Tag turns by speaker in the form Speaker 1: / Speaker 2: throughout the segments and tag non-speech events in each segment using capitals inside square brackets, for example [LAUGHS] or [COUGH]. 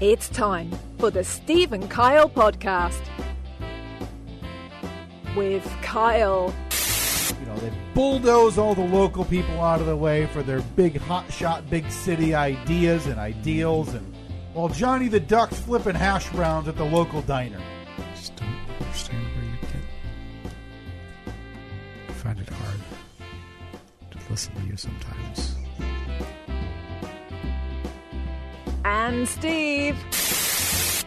Speaker 1: It's time for the Steve and Kyle podcast with Kyle.
Speaker 2: you know, they bulldoze all the local people out of the way for their big hot shot, big city ideas and ideals, and while Johnny the Duck's flipping hash browns at the local diner.
Speaker 3: just don't understand where you get. I find it hard to listen to you sometimes.
Speaker 1: And Steve.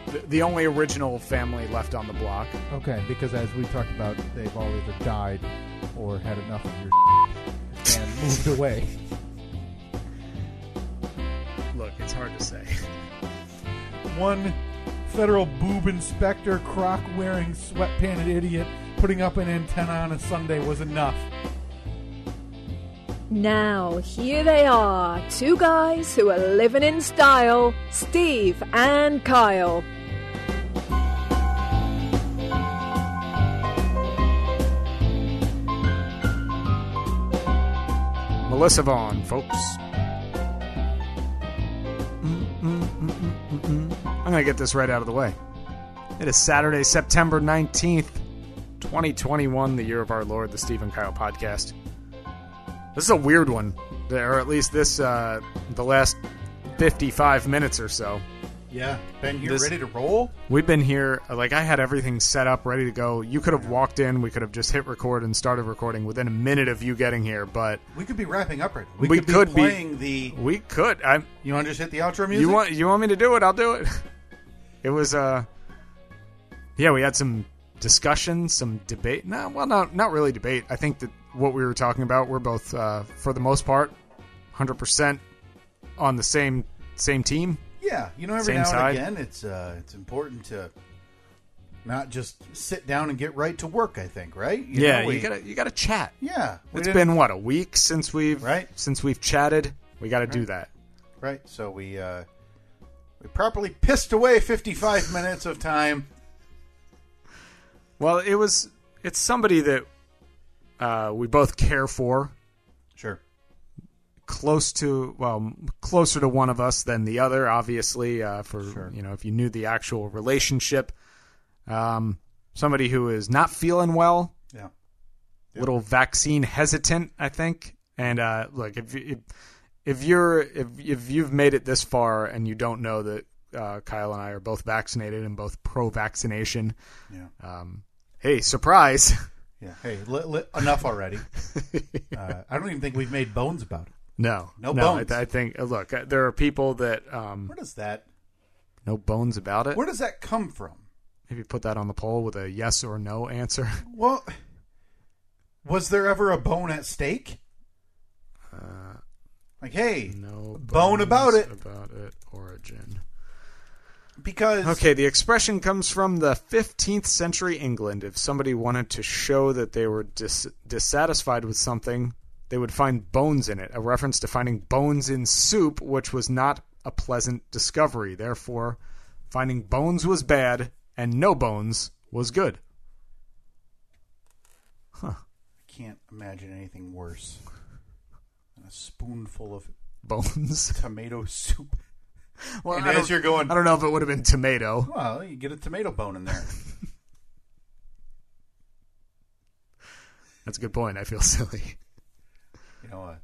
Speaker 4: The- the only original family left on the block.
Speaker 2: Okay, because as we talked about, they've all either died or had enough of your [LAUGHS] and moved away.
Speaker 4: Look, it's hard to say. [LAUGHS]
Speaker 2: One federal boob inspector, croc wearing sweatpant idiot, putting up an antenna on a Sunday was enough.
Speaker 1: Now, here they are, two guys who are living in style Steve and Kyle.
Speaker 4: Melissa Vaughn, folks. I'm going to get this right out of the way. It is Saturday, September 19th, 2021, the year of our Lord, the Steve and Kyle podcast. This is a weird one, or at least this, uh, the last 55 minutes or so.
Speaker 2: Yeah, Ben, you
Speaker 4: This-
Speaker 2: ready to roll?
Speaker 4: We've been here, like, I had everything set up, ready to go. You could have walked in, we could have just hit record and started recording within a minute of you getting here, but
Speaker 2: We could be wrapping up right now.
Speaker 4: We could be-
Speaker 2: the.
Speaker 4: we could. I'm.
Speaker 2: You want to just hit the outro
Speaker 4: You want you want me to do it? I'll do it. [LAUGHS] It was uh Yeah, we had some discussion, some debate. No, well not not really debate. I think that what we were talking about, we're both uh for the most part 100% on the same same team.
Speaker 2: Yeah, you know, every
Speaker 4: Same
Speaker 2: now
Speaker 4: side.
Speaker 2: and again, it's uh, it's important to not just sit down and get right to work. I think, right? You know, we-
Speaker 4: you got to you got to chat.
Speaker 2: Yeah, we
Speaker 4: It's
Speaker 2: didn't-
Speaker 4: been what, a week since we've
Speaker 2: Right.
Speaker 4: since we've chatted. We got to do that.
Speaker 2: right. So we uh, we properly pissed away fifty-five [LAUGHS] minutes of time.
Speaker 4: Well, it was it's somebody that uh we both care for.
Speaker 2: Sure.
Speaker 4: close to well closer to one of us than the other obviously uh, for
Speaker 2: Sure.
Speaker 4: you know if you knew the actual relationship um, somebody who is not feeling well
Speaker 2: Yeah.
Speaker 4: little vaccine hesitant i think and uh, look if you if you're if, if you've made it this far and you don't know that uh, kyle and i are both vaccinated and both pro-vaccination
Speaker 2: Yeah.
Speaker 4: um, hey surprise [LAUGHS]
Speaker 2: Yeah. Hey, li- li- enough already. uh, I don't even think we've made bones about it.
Speaker 4: no
Speaker 2: No
Speaker 4: I,
Speaker 2: bones.
Speaker 4: I think uh, look uh, there are people that um,
Speaker 2: Where does that?
Speaker 4: no bones about it
Speaker 2: Where does that come from?
Speaker 4: Maybe put that on the poll with a yes or no answer.
Speaker 2: Well, was there ever a bone at stake?
Speaker 4: Uh,
Speaker 2: Like, hey,
Speaker 4: [LAUGHS] no
Speaker 2: Bone about
Speaker 4: bones
Speaker 2: it.
Speaker 4: About it. Origin.
Speaker 2: because
Speaker 4: Okay, the expression comes from the 15th century England. If somebody wanted to show that they were dis- dissatisfied with something, they would find bones in it. A reference to finding bones in soup, which was not a pleasant discovery. Therefore, finding bones was bad, and no bones was good. [LAUGHS]
Speaker 2: I can't imagine anything worse than a spoonful of
Speaker 4: Bones.
Speaker 2: tomato soup.
Speaker 4: Well,
Speaker 2: And
Speaker 4: I
Speaker 2: as
Speaker 4: don't-
Speaker 2: you're going-
Speaker 4: I don't know if it would have been tomato.
Speaker 2: Well, you get a tomato bone in there.
Speaker 4: That's a good point. I feel [LAUGHS] silly.
Speaker 2: You know, a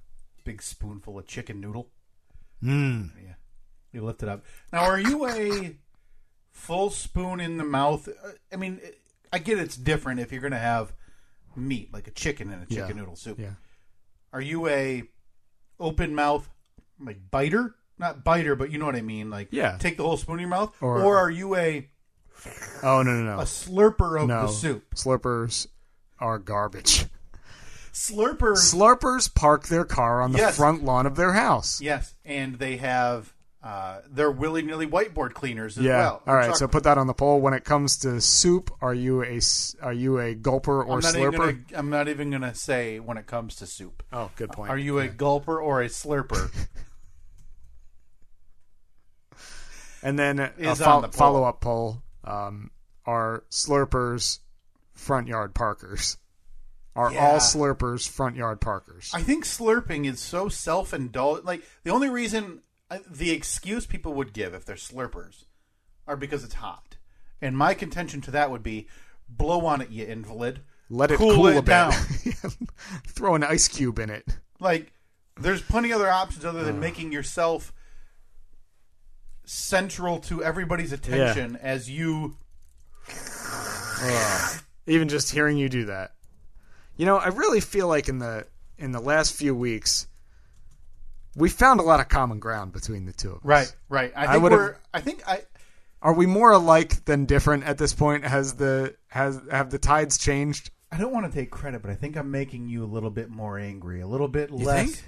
Speaker 2: big spoonful of chicken noodle.
Speaker 4: Mm.
Speaker 2: Yeah. You lift it up. Now, are you a full spoon in the mouth? Uh, I mean, I get it's different if you're going to have meat, like a chicken in a chicken
Speaker 4: Yeah.
Speaker 2: noodle soup.
Speaker 4: Yeah.
Speaker 2: Are you a open mouth, like biter? Not biter, but you know what I mean. Like,
Speaker 4: Yeah.
Speaker 2: take the whole spoon in your mouth?
Speaker 4: Or-
Speaker 2: or are you a
Speaker 4: Oh no no
Speaker 5: A
Speaker 4: no.
Speaker 5: slurper of
Speaker 4: no.
Speaker 5: the soup.
Speaker 4: Slurpers are garbage.
Speaker 5: Slurper.
Speaker 4: Slurpers park their car on the
Speaker 2: Yes.
Speaker 4: front lawn of their house.
Speaker 2: Yes, and they have uh, their willy nilly whiteboard cleaners as
Speaker 4: Yeah.
Speaker 2: well.
Speaker 4: All right.
Speaker 2: Chuck,
Speaker 4: So put that on the poll. When it comes to soup, are you a s- are you a gulper or
Speaker 2: I'm not, even
Speaker 4: slurper?
Speaker 2: gonna, I'm not even going to say when it comes to soup.
Speaker 4: Oh, good point.
Speaker 2: Are you a gulper or a slurper?
Speaker 4: [LAUGHS] And then uh, a
Speaker 2: Is
Speaker 4: fo-
Speaker 2: on the poll.
Speaker 4: follow up poll um, are slurpers front yard parkers? Are
Speaker 2: Yeah.
Speaker 4: all slurpers front yard parkers?
Speaker 2: I think slurping is so self indulgent. Like the only reason, uh, the excuse people would give if they're slurpers, are because it's hot. And my contention to that would be, blow on it, you invalid.
Speaker 4: Let it
Speaker 2: cool
Speaker 4: cool,
Speaker 2: it
Speaker 4: a bit.
Speaker 2: down.
Speaker 4: [LAUGHS] Throw an ice cube in it.
Speaker 2: Like there's plenty other options other than making yourself central to everybody's attention as you.
Speaker 4: Even just hearing you do that. You know, I really feel like in the in the last few weeks we found a lot of common ground between the two of us.
Speaker 2: Right, right. I
Speaker 4: I
Speaker 2: think
Speaker 4: would've-
Speaker 2: we're. I think I.
Speaker 4: Are we more alike than different at this point? Has the has have the tides changed?
Speaker 2: I don't want to take credit, but I think I'm making you a little bit more angry, a little bit
Speaker 4: You
Speaker 2: less.
Speaker 4: think?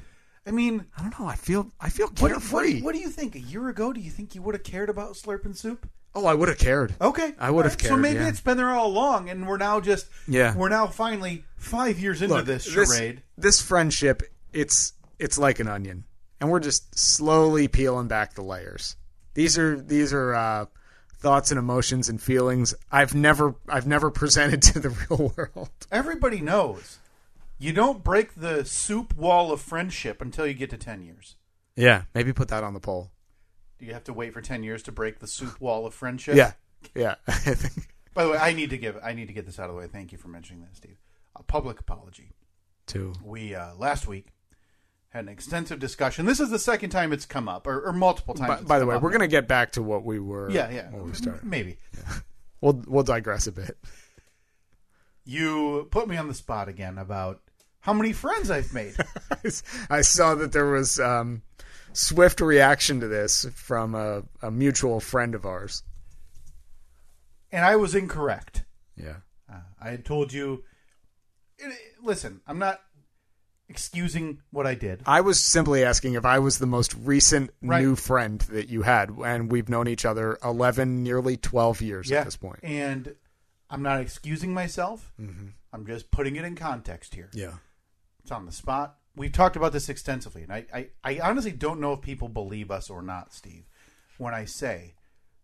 Speaker 2: I mean,
Speaker 4: I don't know. I feel I feel
Speaker 2: What, what,
Speaker 4: carefree.
Speaker 2: what do you think? A year ago, do you think you would have cared about slurping soup?
Speaker 4: Oh, I would have cared.
Speaker 2: Okay,
Speaker 4: I would have
Speaker 2: Alright,
Speaker 4: cared.
Speaker 2: So maybe
Speaker 4: yeah.
Speaker 2: it's been there all along, and we're now just
Speaker 4: Yeah.
Speaker 2: We're now finally five years into
Speaker 4: Look,
Speaker 2: this charade.
Speaker 4: This, friendship, it's it's like an onion, and we're just slowly peeling back the layers. These are these are uh, thoughts and emotions and feelings I've never I've never [LAUGHS] presented to the real world.
Speaker 2: Everybody knows you don't break the soup wall of friendship until you get to ten years.
Speaker 4: Yeah, maybe put that on the poll.
Speaker 2: Do you have to wait for ten years to break the soup wall of friendship?
Speaker 4: Yeah, yeah. [LAUGHS] I think
Speaker 2: By the way, I need to give I need to get this out of the way. Thank you for mentioning that, Steve. A public apology.
Speaker 4: two.
Speaker 2: We uh, last week had an extensive discussion. This is the second time it's come up, or, or multiple times.
Speaker 4: By,
Speaker 2: it's
Speaker 4: by the
Speaker 2: come
Speaker 4: way,
Speaker 2: up.
Speaker 4: we're gonna get back to what we were.
Speaker 2: yeah yeah
Speaker 4: When we started,
Speaker 2: maybe.
Speaker 4: we'll we'll digress a bit. [LAUGHS]
Speaker 2: you put me on the spot again about how many friends I've made.
Speaker 4: I saw that there was um, swift reaction to this from a, a mutual friend of ours.
Speaker 2: and I was incorrect.
Speaker 4: Yeah.
Speaker 2: Uh, I had told you. it- it- listen, I'm not excusing what I did.
Speaker 4: I was simply asking if I was the most recent
Speaker 2: Right.
Speaker 4: new friend that you had, and we've known each other 11, nearly 12 years
Speaker 2: Yeah,
Speaker 4: at this point. Mm-hmm.
Speaker 2: And I'm not excusing myself. I'm just putting it in context here.
Speaker 4: Yeah.
Speaker 2: It's on the spot. We've talked about this extensively, and I, I, I honestly don't know if people believe us or not, Steve, when I say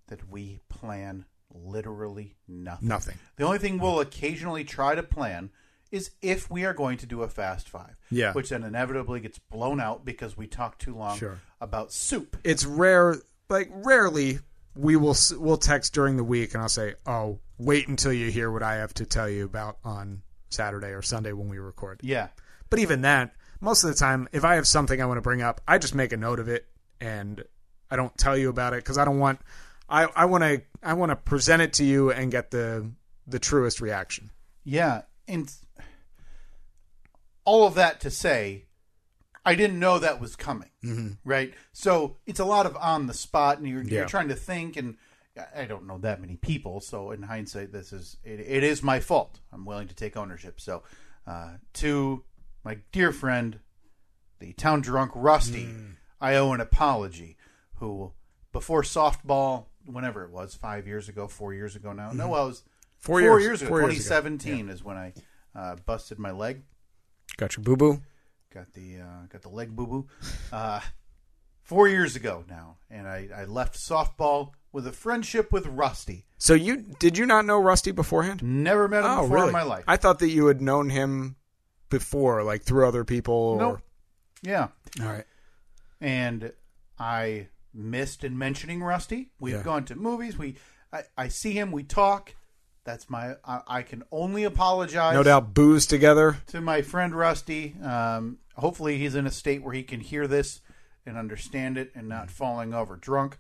Speaker 2: that we plan literally nothing.
Speaker 4: Nothing.
Speaker 2: The only thing we'll occasionally try to plan is if we are going to do a fast five.
Speaker 4: Yeah.
Speaker 2: Which then inevitably gets blown out because we talk too long
Speaker 4: Sure.
Speaker 2: about soup.
Speaker 4: It's rare, like, rarely we will s- we'll text during the week and I'll say, oh, wait until you hear what I have to tell you about on Saturday or Sunday when we record.
Speaker 2: Yeah.
Speaker 4: But even that, most of the time, if I have something I want to bring up, I just make a note of it and I don't tell you about it because I don't want. I I want to I want to present it to you and get the the truest reaction.
Speaker 2: Yeah. And all of that to say, I didn't know that was coming. Mm-hmm. Right. So it's a lot of on the spot, and you're,
Speaker 4: Yeah.
Speaker 2: you're trying to think. And I don't know that many people. So in hindsight, this is, it, it is my fault. I'm willing to take ownership. So uh, to my dear friend, the town drunk Rusty, I owe an apology. Who, before softball, whenever it was, five years ago, four years ago now, no, I was
Speaker 4: Four years.
Speaker 2: ago.
Speaker 4: Four years ago.
Speaker 2: 2017 is when I uh, busted my leg.
Speaker 4: Got your boo boo.
Speaker 2: Got the uh, got the leg boo boo. Uh, four years ago now, and I, I left softball with a friendship with Rusty.
Speaker 4: So you did you not know Rusty beforehand?
Speaker 2: Never met him
Speaker 4: oh,
Speaker 2: before
Speaker 4: really?
Speaker 2: in my life.
Speaker 4: I thought that you had known him before, like through other people. Or...
Speaker 2: Nope. yeah,
Speaker 4: All right.
Speaker 2: and I missed in mentioning Rusty. We've
Speaker 4: Yeah.
Speaker 2: gone to movies. We I, I see him. We talk. That's my. I, I can only apologize.
Speaker 4: No doubt, booze together.
Speaker 2: to my friend Rusty. Um, hopefully, he's in a state where he can hear this and understand it and not falling over drunk.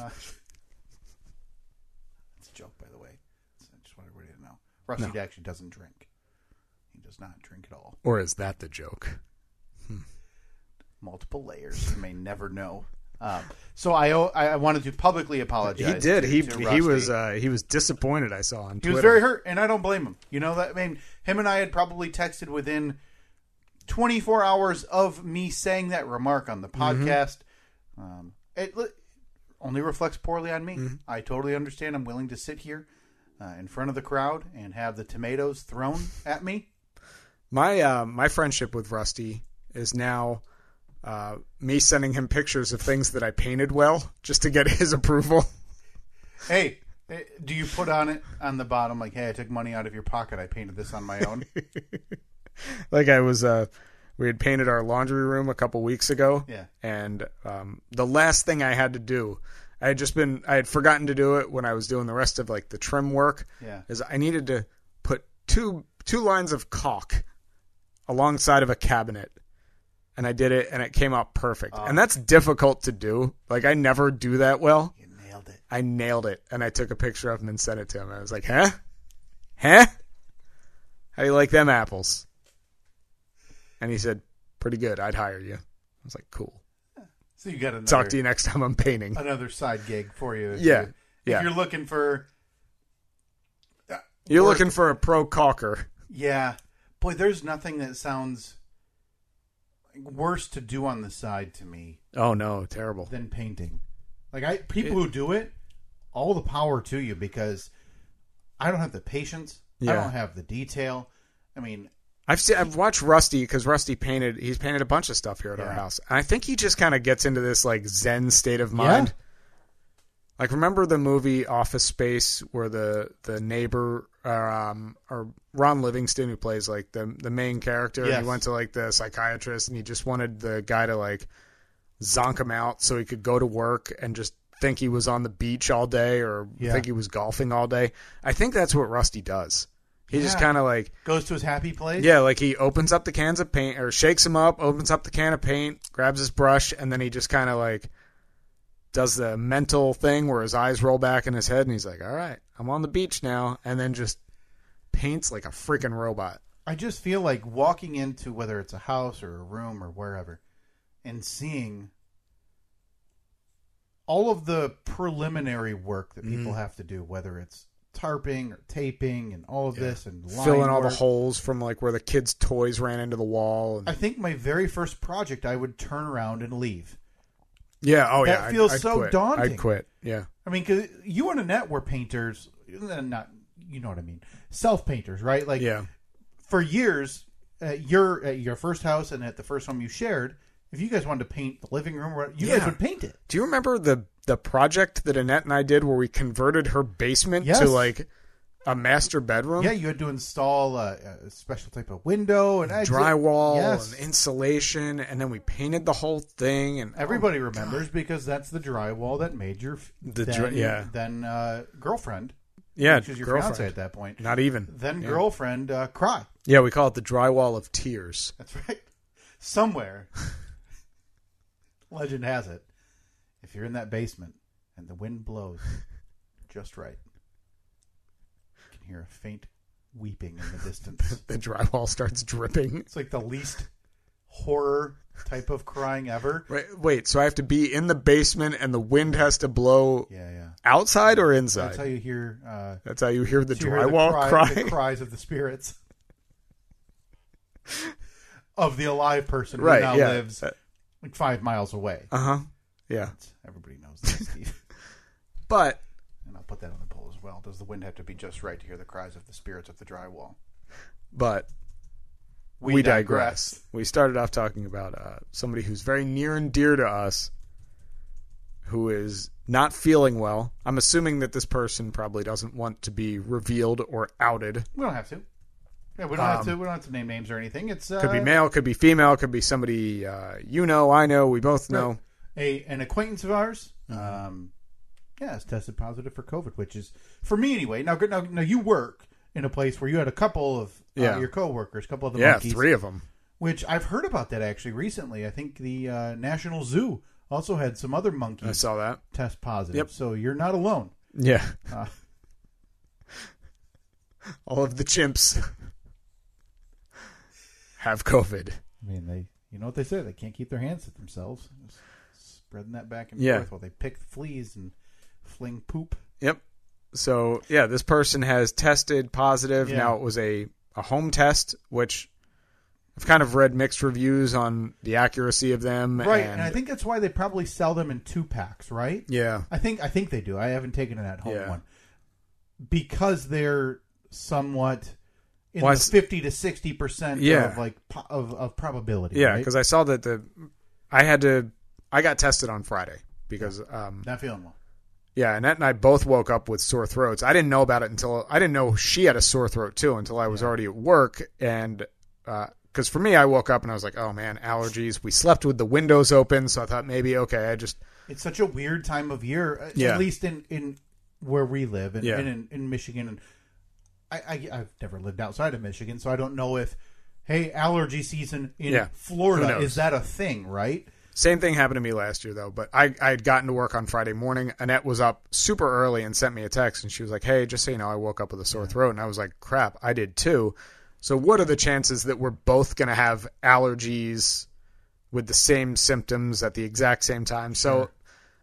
Speaker 2: Uh, [LAUGHS] it's a joke, by the way. So I just want everybody to know. Rusty actually doesn't drink. He does not drink at all.
Speaker 4: Or is that the joke?
Speaker 2: Multiple layers. You may never know. Um, so I, owe- I I wanted to publicly apologize.
Speaker 4: He did.
Speaker 2: to-
Speaker 4: He
Speaker 2: to
Speaker 4: he
Speaker 2: Rusty.
Speaker 4: was uh, he was disappointed. I saw on
Speaker 2: He
Speaker 4: Twitter.
Speaker 2: was very hurt, and I don't blame him. You know that I mean, him and I had probably texted within 24 hours of me saying that remark on the
Speaker 4: Mm-hmm.
Speaker 2: podcast. Um, it li- only reflects poorly on me.
Speaker 4: Mm-hmm.
Speaker 2: I totally understand. I'm willing to sit here uh, in front of the crowd and have the tomatoes thrown at me.
Speaker 4: My uh, my friendship with Rusty is now uh, me sending him pictures of things that I painted well just to get [LAUGHS] his approval.
Speaker 2: Hey, eh, do you put on it on the bottom like, "Hey, I took money out of your pocket. I painted this on my
Speaker 4: [LAUGHS]
Speaker 2: own."
Speaker 4: like I was uh we had painted our laundry room a couple weeks ago.
Speaker 2: Yeah.
Speaker 4: And um the last thing I had to do I had just been I had forgotten to do it when I was doing the rest of like the trim work.
Speaker 2: Yeah.
Speaker 4: Is I needed to put two two lines of caulk alongside of a cabinet. And I did it and it came out perfect. And that's difficult to do. Like I never do that well.
Speaker 2: you nailed it.
Speaker 4: I nailed it and I took a picture of him and sent it to him. I was like, "Huh? Huh? How you like them apples?" And he said, "Pretty good. I'd hire you." I was like, "Cool.
Speaker 2: So you got another
Speaker 4: Talk to you next time I'm painting."
Speaker 2: another side gig for you. if
Speaker 4: Yeah,
Speaker 2: you-
Speaker 4: yeah.
Speaker 2: If you're looking for
Speaker 4: You're
Speaker 2: work.
Speaker 4: looking for a pro caulker.
Speaker 2: Yeah. Boy, there's nothing that sounds worse to do on the side to me
Speaker 4: Oh no, terrible.
Speaker 2: than painting. Like I people who do it, all the power to you because I don't have the patience. I
Speaker 4: Yeah.
Speaker 2: don't have the detail. I mean,
Speaker 4: I've seen, I've watched Rusty because Rusty painted. He's painted a bunch of stuff here at our
Speaker 2: Yeah.
Speaker 4: house, and I think he just kind of gets into this like Zen state of mind. Like remember the movie Office Space where the the neighbor or, um, or Ron Livingston who plays like the the main character and
Speaker 2: Yes.
Speaker 4: he went to like the psychiatrist and he just wanted the guy to like zonk him out so he could go to work and just think he was on the beach all day or
Speaker 2: Yeah.
Speaker 4: think he was golfing all day. I think that's what Rusty does. He just
Speaker 2: Yeah.
Speaker 4: kind of like
Speaker 2: goes to his happy place.
Speaker 4: yeah, like he opens up the cans of paint or shakes them up, opens up the can of paint, grabs his brush, and then he just kind of like does the mental thing where his eyes roll back in his head and he's like, all right, I'm on the beach now. And then just paints like a freaking robot.
Speaker 2: I just feel like walking into whether it's a house or a room or wherever and seeing all of the preliminary work
Speaker 4: Mm-hmm.
Speaker 2: that people have to do, whether it's tarping or taping and all of this and line
Speaker 4: filling all the
Speaker 2: work.
Speaker 4: holes from like where the kids' toys ran into the wall. And,
Speaker 2: I think my very first project, I would turn around and leave.
Speaker 4: yeah, oh
Speaker 2: that
Speaker 4: yeah.
Speaker 2: feels
Speaker 4: I'd
Speaker 2: so
Speaker 4: quit.
Speaker 2: daunting.
Speaker 4: I'd quit. Yeah.
Speaker 2: I mean, because you and Annette were painters, not you know what I mean, self painters, right? Like,
Speaker 4: yeah.
Speaker 2: for years at your at your first house and at the first home you shared, if you guys wanted to paint the living room, or- you guys
Speaker 4: Yeah.
Speaker 2: would paint it.
Speaker 4: Do you remember the the project that Annette and I did where we converted her basement
Speaker 2: Yes.
Speaker 4: to like a master bedroom?
Speaker 2: Yeah, you had to install a, a special type of window and exit.
Speaker 4: drywall
Speaker 2: Yes.
Speaker 4: and insulation, and then we painted the whole thing. And
Speaker 2: Everybody remembers because that's the drywall that made your f-
Speaker 4: Oh, The
Speaker 2: then,
Speaker 4: dr- yeah.
Speaker 2: then uh, girlfriend,
Speaker 4: Oh, yeah,
Speaker 2: which is your
Speaker 4: girlfriend.
Speaker 2: fiance at that point,
Speaker 4: Not even
Speaker 2: then
Speaker 4: yeah.
Speaker 2: girlfriend uh, cry.
Speaker 4: Yeah, we call it the drywall of tears.
Speaker 2: That's right. Somewhere, legend has it, if you're in that basement and the wind blows just right, you can hear a faint weeping in the
Speaker 4: [LAUGHS]
Speaker 2: distance.
Speaker 4: The drywall starts dripping.
Speaker 2: It's like the least horror type of crying ever.
Speaker 4: Right, wait, so I have to be in the basement, and the wind has to blow
Speaker 2: Yeah, yeah.
Speaker 4: outside or
Speaker 2: That's
Speaker 4: inside.
Speaker 2: how you hear uh,
Speaker 4: That's how you hear the
Speaker 2: so you hear
Speaker 4: drywall
Speaker 2: cry-
Speaker 4: cry. [LAUGHS]
Speaker 2: the cries of the spirits [LAUGHS] of the alive person who
Speaker 4: Right,
Speaker 2: now
Speaker 4: yeah.
Speaker 2: lives like five miles away.
Speaker 4: Uh huh. Yeah,
Speaker 2: Everybody knows
Speaker 4: [LAUGHS]
Speaker 2: that, Steve.
Speaker 4: but
Speaker 2: And I'll put that on the poll as well. Does the wind have to be just right to hear the cries of the spirits of the drywall?
Speaker 4: but we, digress. We started off talking about uh, somebody who's very near and dear to us, who is not feeling well. I'm assuming that this person probably doesn't want to be revealed or outed.
Speaker 2: We don't have to. Yeah, we don't have to. We don't have to name names or anything. It's uh,
Speaker 4: Um, Could be male, could be female, could be somebody uh, you know, I know, we both know.
Speaker 2: a an acquaintance of ours.
Speaker 4: Mm-hmm.
Speaker 2: Um, yeah, has tested positive for COVID, which is for me anyway. Now, good- now, now you work in a place where you had a couple of uh,
Speaker 4: Yeah.
Speaker 2: your coworkers, a couple of the
Speaker 4: Yeah,
Speaker 2: monkeys,
Speaker 4: three of them.
Speaker 2: which I've heard about that actually recently. I think the uh, National Zoo also had some other monkeys
Speaker 4: I saw that.
Speaker 2: test positive.
Speaker 4: Yep.
Speaker 2: So you're not alone.
Speaker 4: Yeah.
Speaker 2: Uh,
Speaker 4: [LAUGHS] All of the chimps [LAUGHS] have COVID.
Speaker 2: I mean, they, you know what they say? They can't keep their hands to themselves. It's spreading that back and
Speaker 4: Yeah.
Speaker 2: forth while they pick fleas and fling poop.
Speaker 4: Yep. So yeah, this person has tested positive.
Speaker 2: Yeah.
Speaker 4: Now it was a a home test, which I've kind of read mixed reviews on the accuracy of them.
Speaker 2: Right, and I think that's why they probably sell them in two packs, right?
Speaker 4: yeah,
Speaker 2: I think I think they do. I haven't taken an at-home
Speaker 4: Yeah.
Speaker 2: one because they're somewhat in
Speaker 4: Well, I
Speaker 2: the
Speaker 4: s-
Speaker 2: fifty to sixty percent
Speaker 4: Yeah.
Speaker 2: of like po- of, of probability.
Speaker 4: yeah,
Speaker 2: right?
Speaker 4: because I saw that the I had to I got tested on Friday because um
Speaker 2: not feeling well.
Speaker 4: yeah, Annette and I both woke up with sore throats. I didn't know about it until I didn't know she had a sore throat too until I was already at work and uh 'cause because for me, I woke up and I was like, "Oh man, allergies." We slept with the windows open, so I thought maybe okay, I just
Speaker 2: It's such a weird time of year, uh,
Speaker 4: Yeah.
Speaker 2: at least in in where we live and,
Speaker 4: Yeah.
Speaker 2: and in, in Michigan. And I, I I've never lived outside of Michigan, so I don't know if hey allergy season in
Speaker 4: Yeah. Who
Speaker 2: Florida
Speaker 4: knows?
Speaker 2: is that a thing, right?
Speaker 4: Same thing happened to me last year though, but I, I had gotten to work on Friday morning. Annette was up super early and sent me a text and she was like, Hey, just so you know, I woke up with a sore throat and I was like, Crap, I did too. So what are the chances that we're both gonna have allergies with the same symptoms at the exact same time? So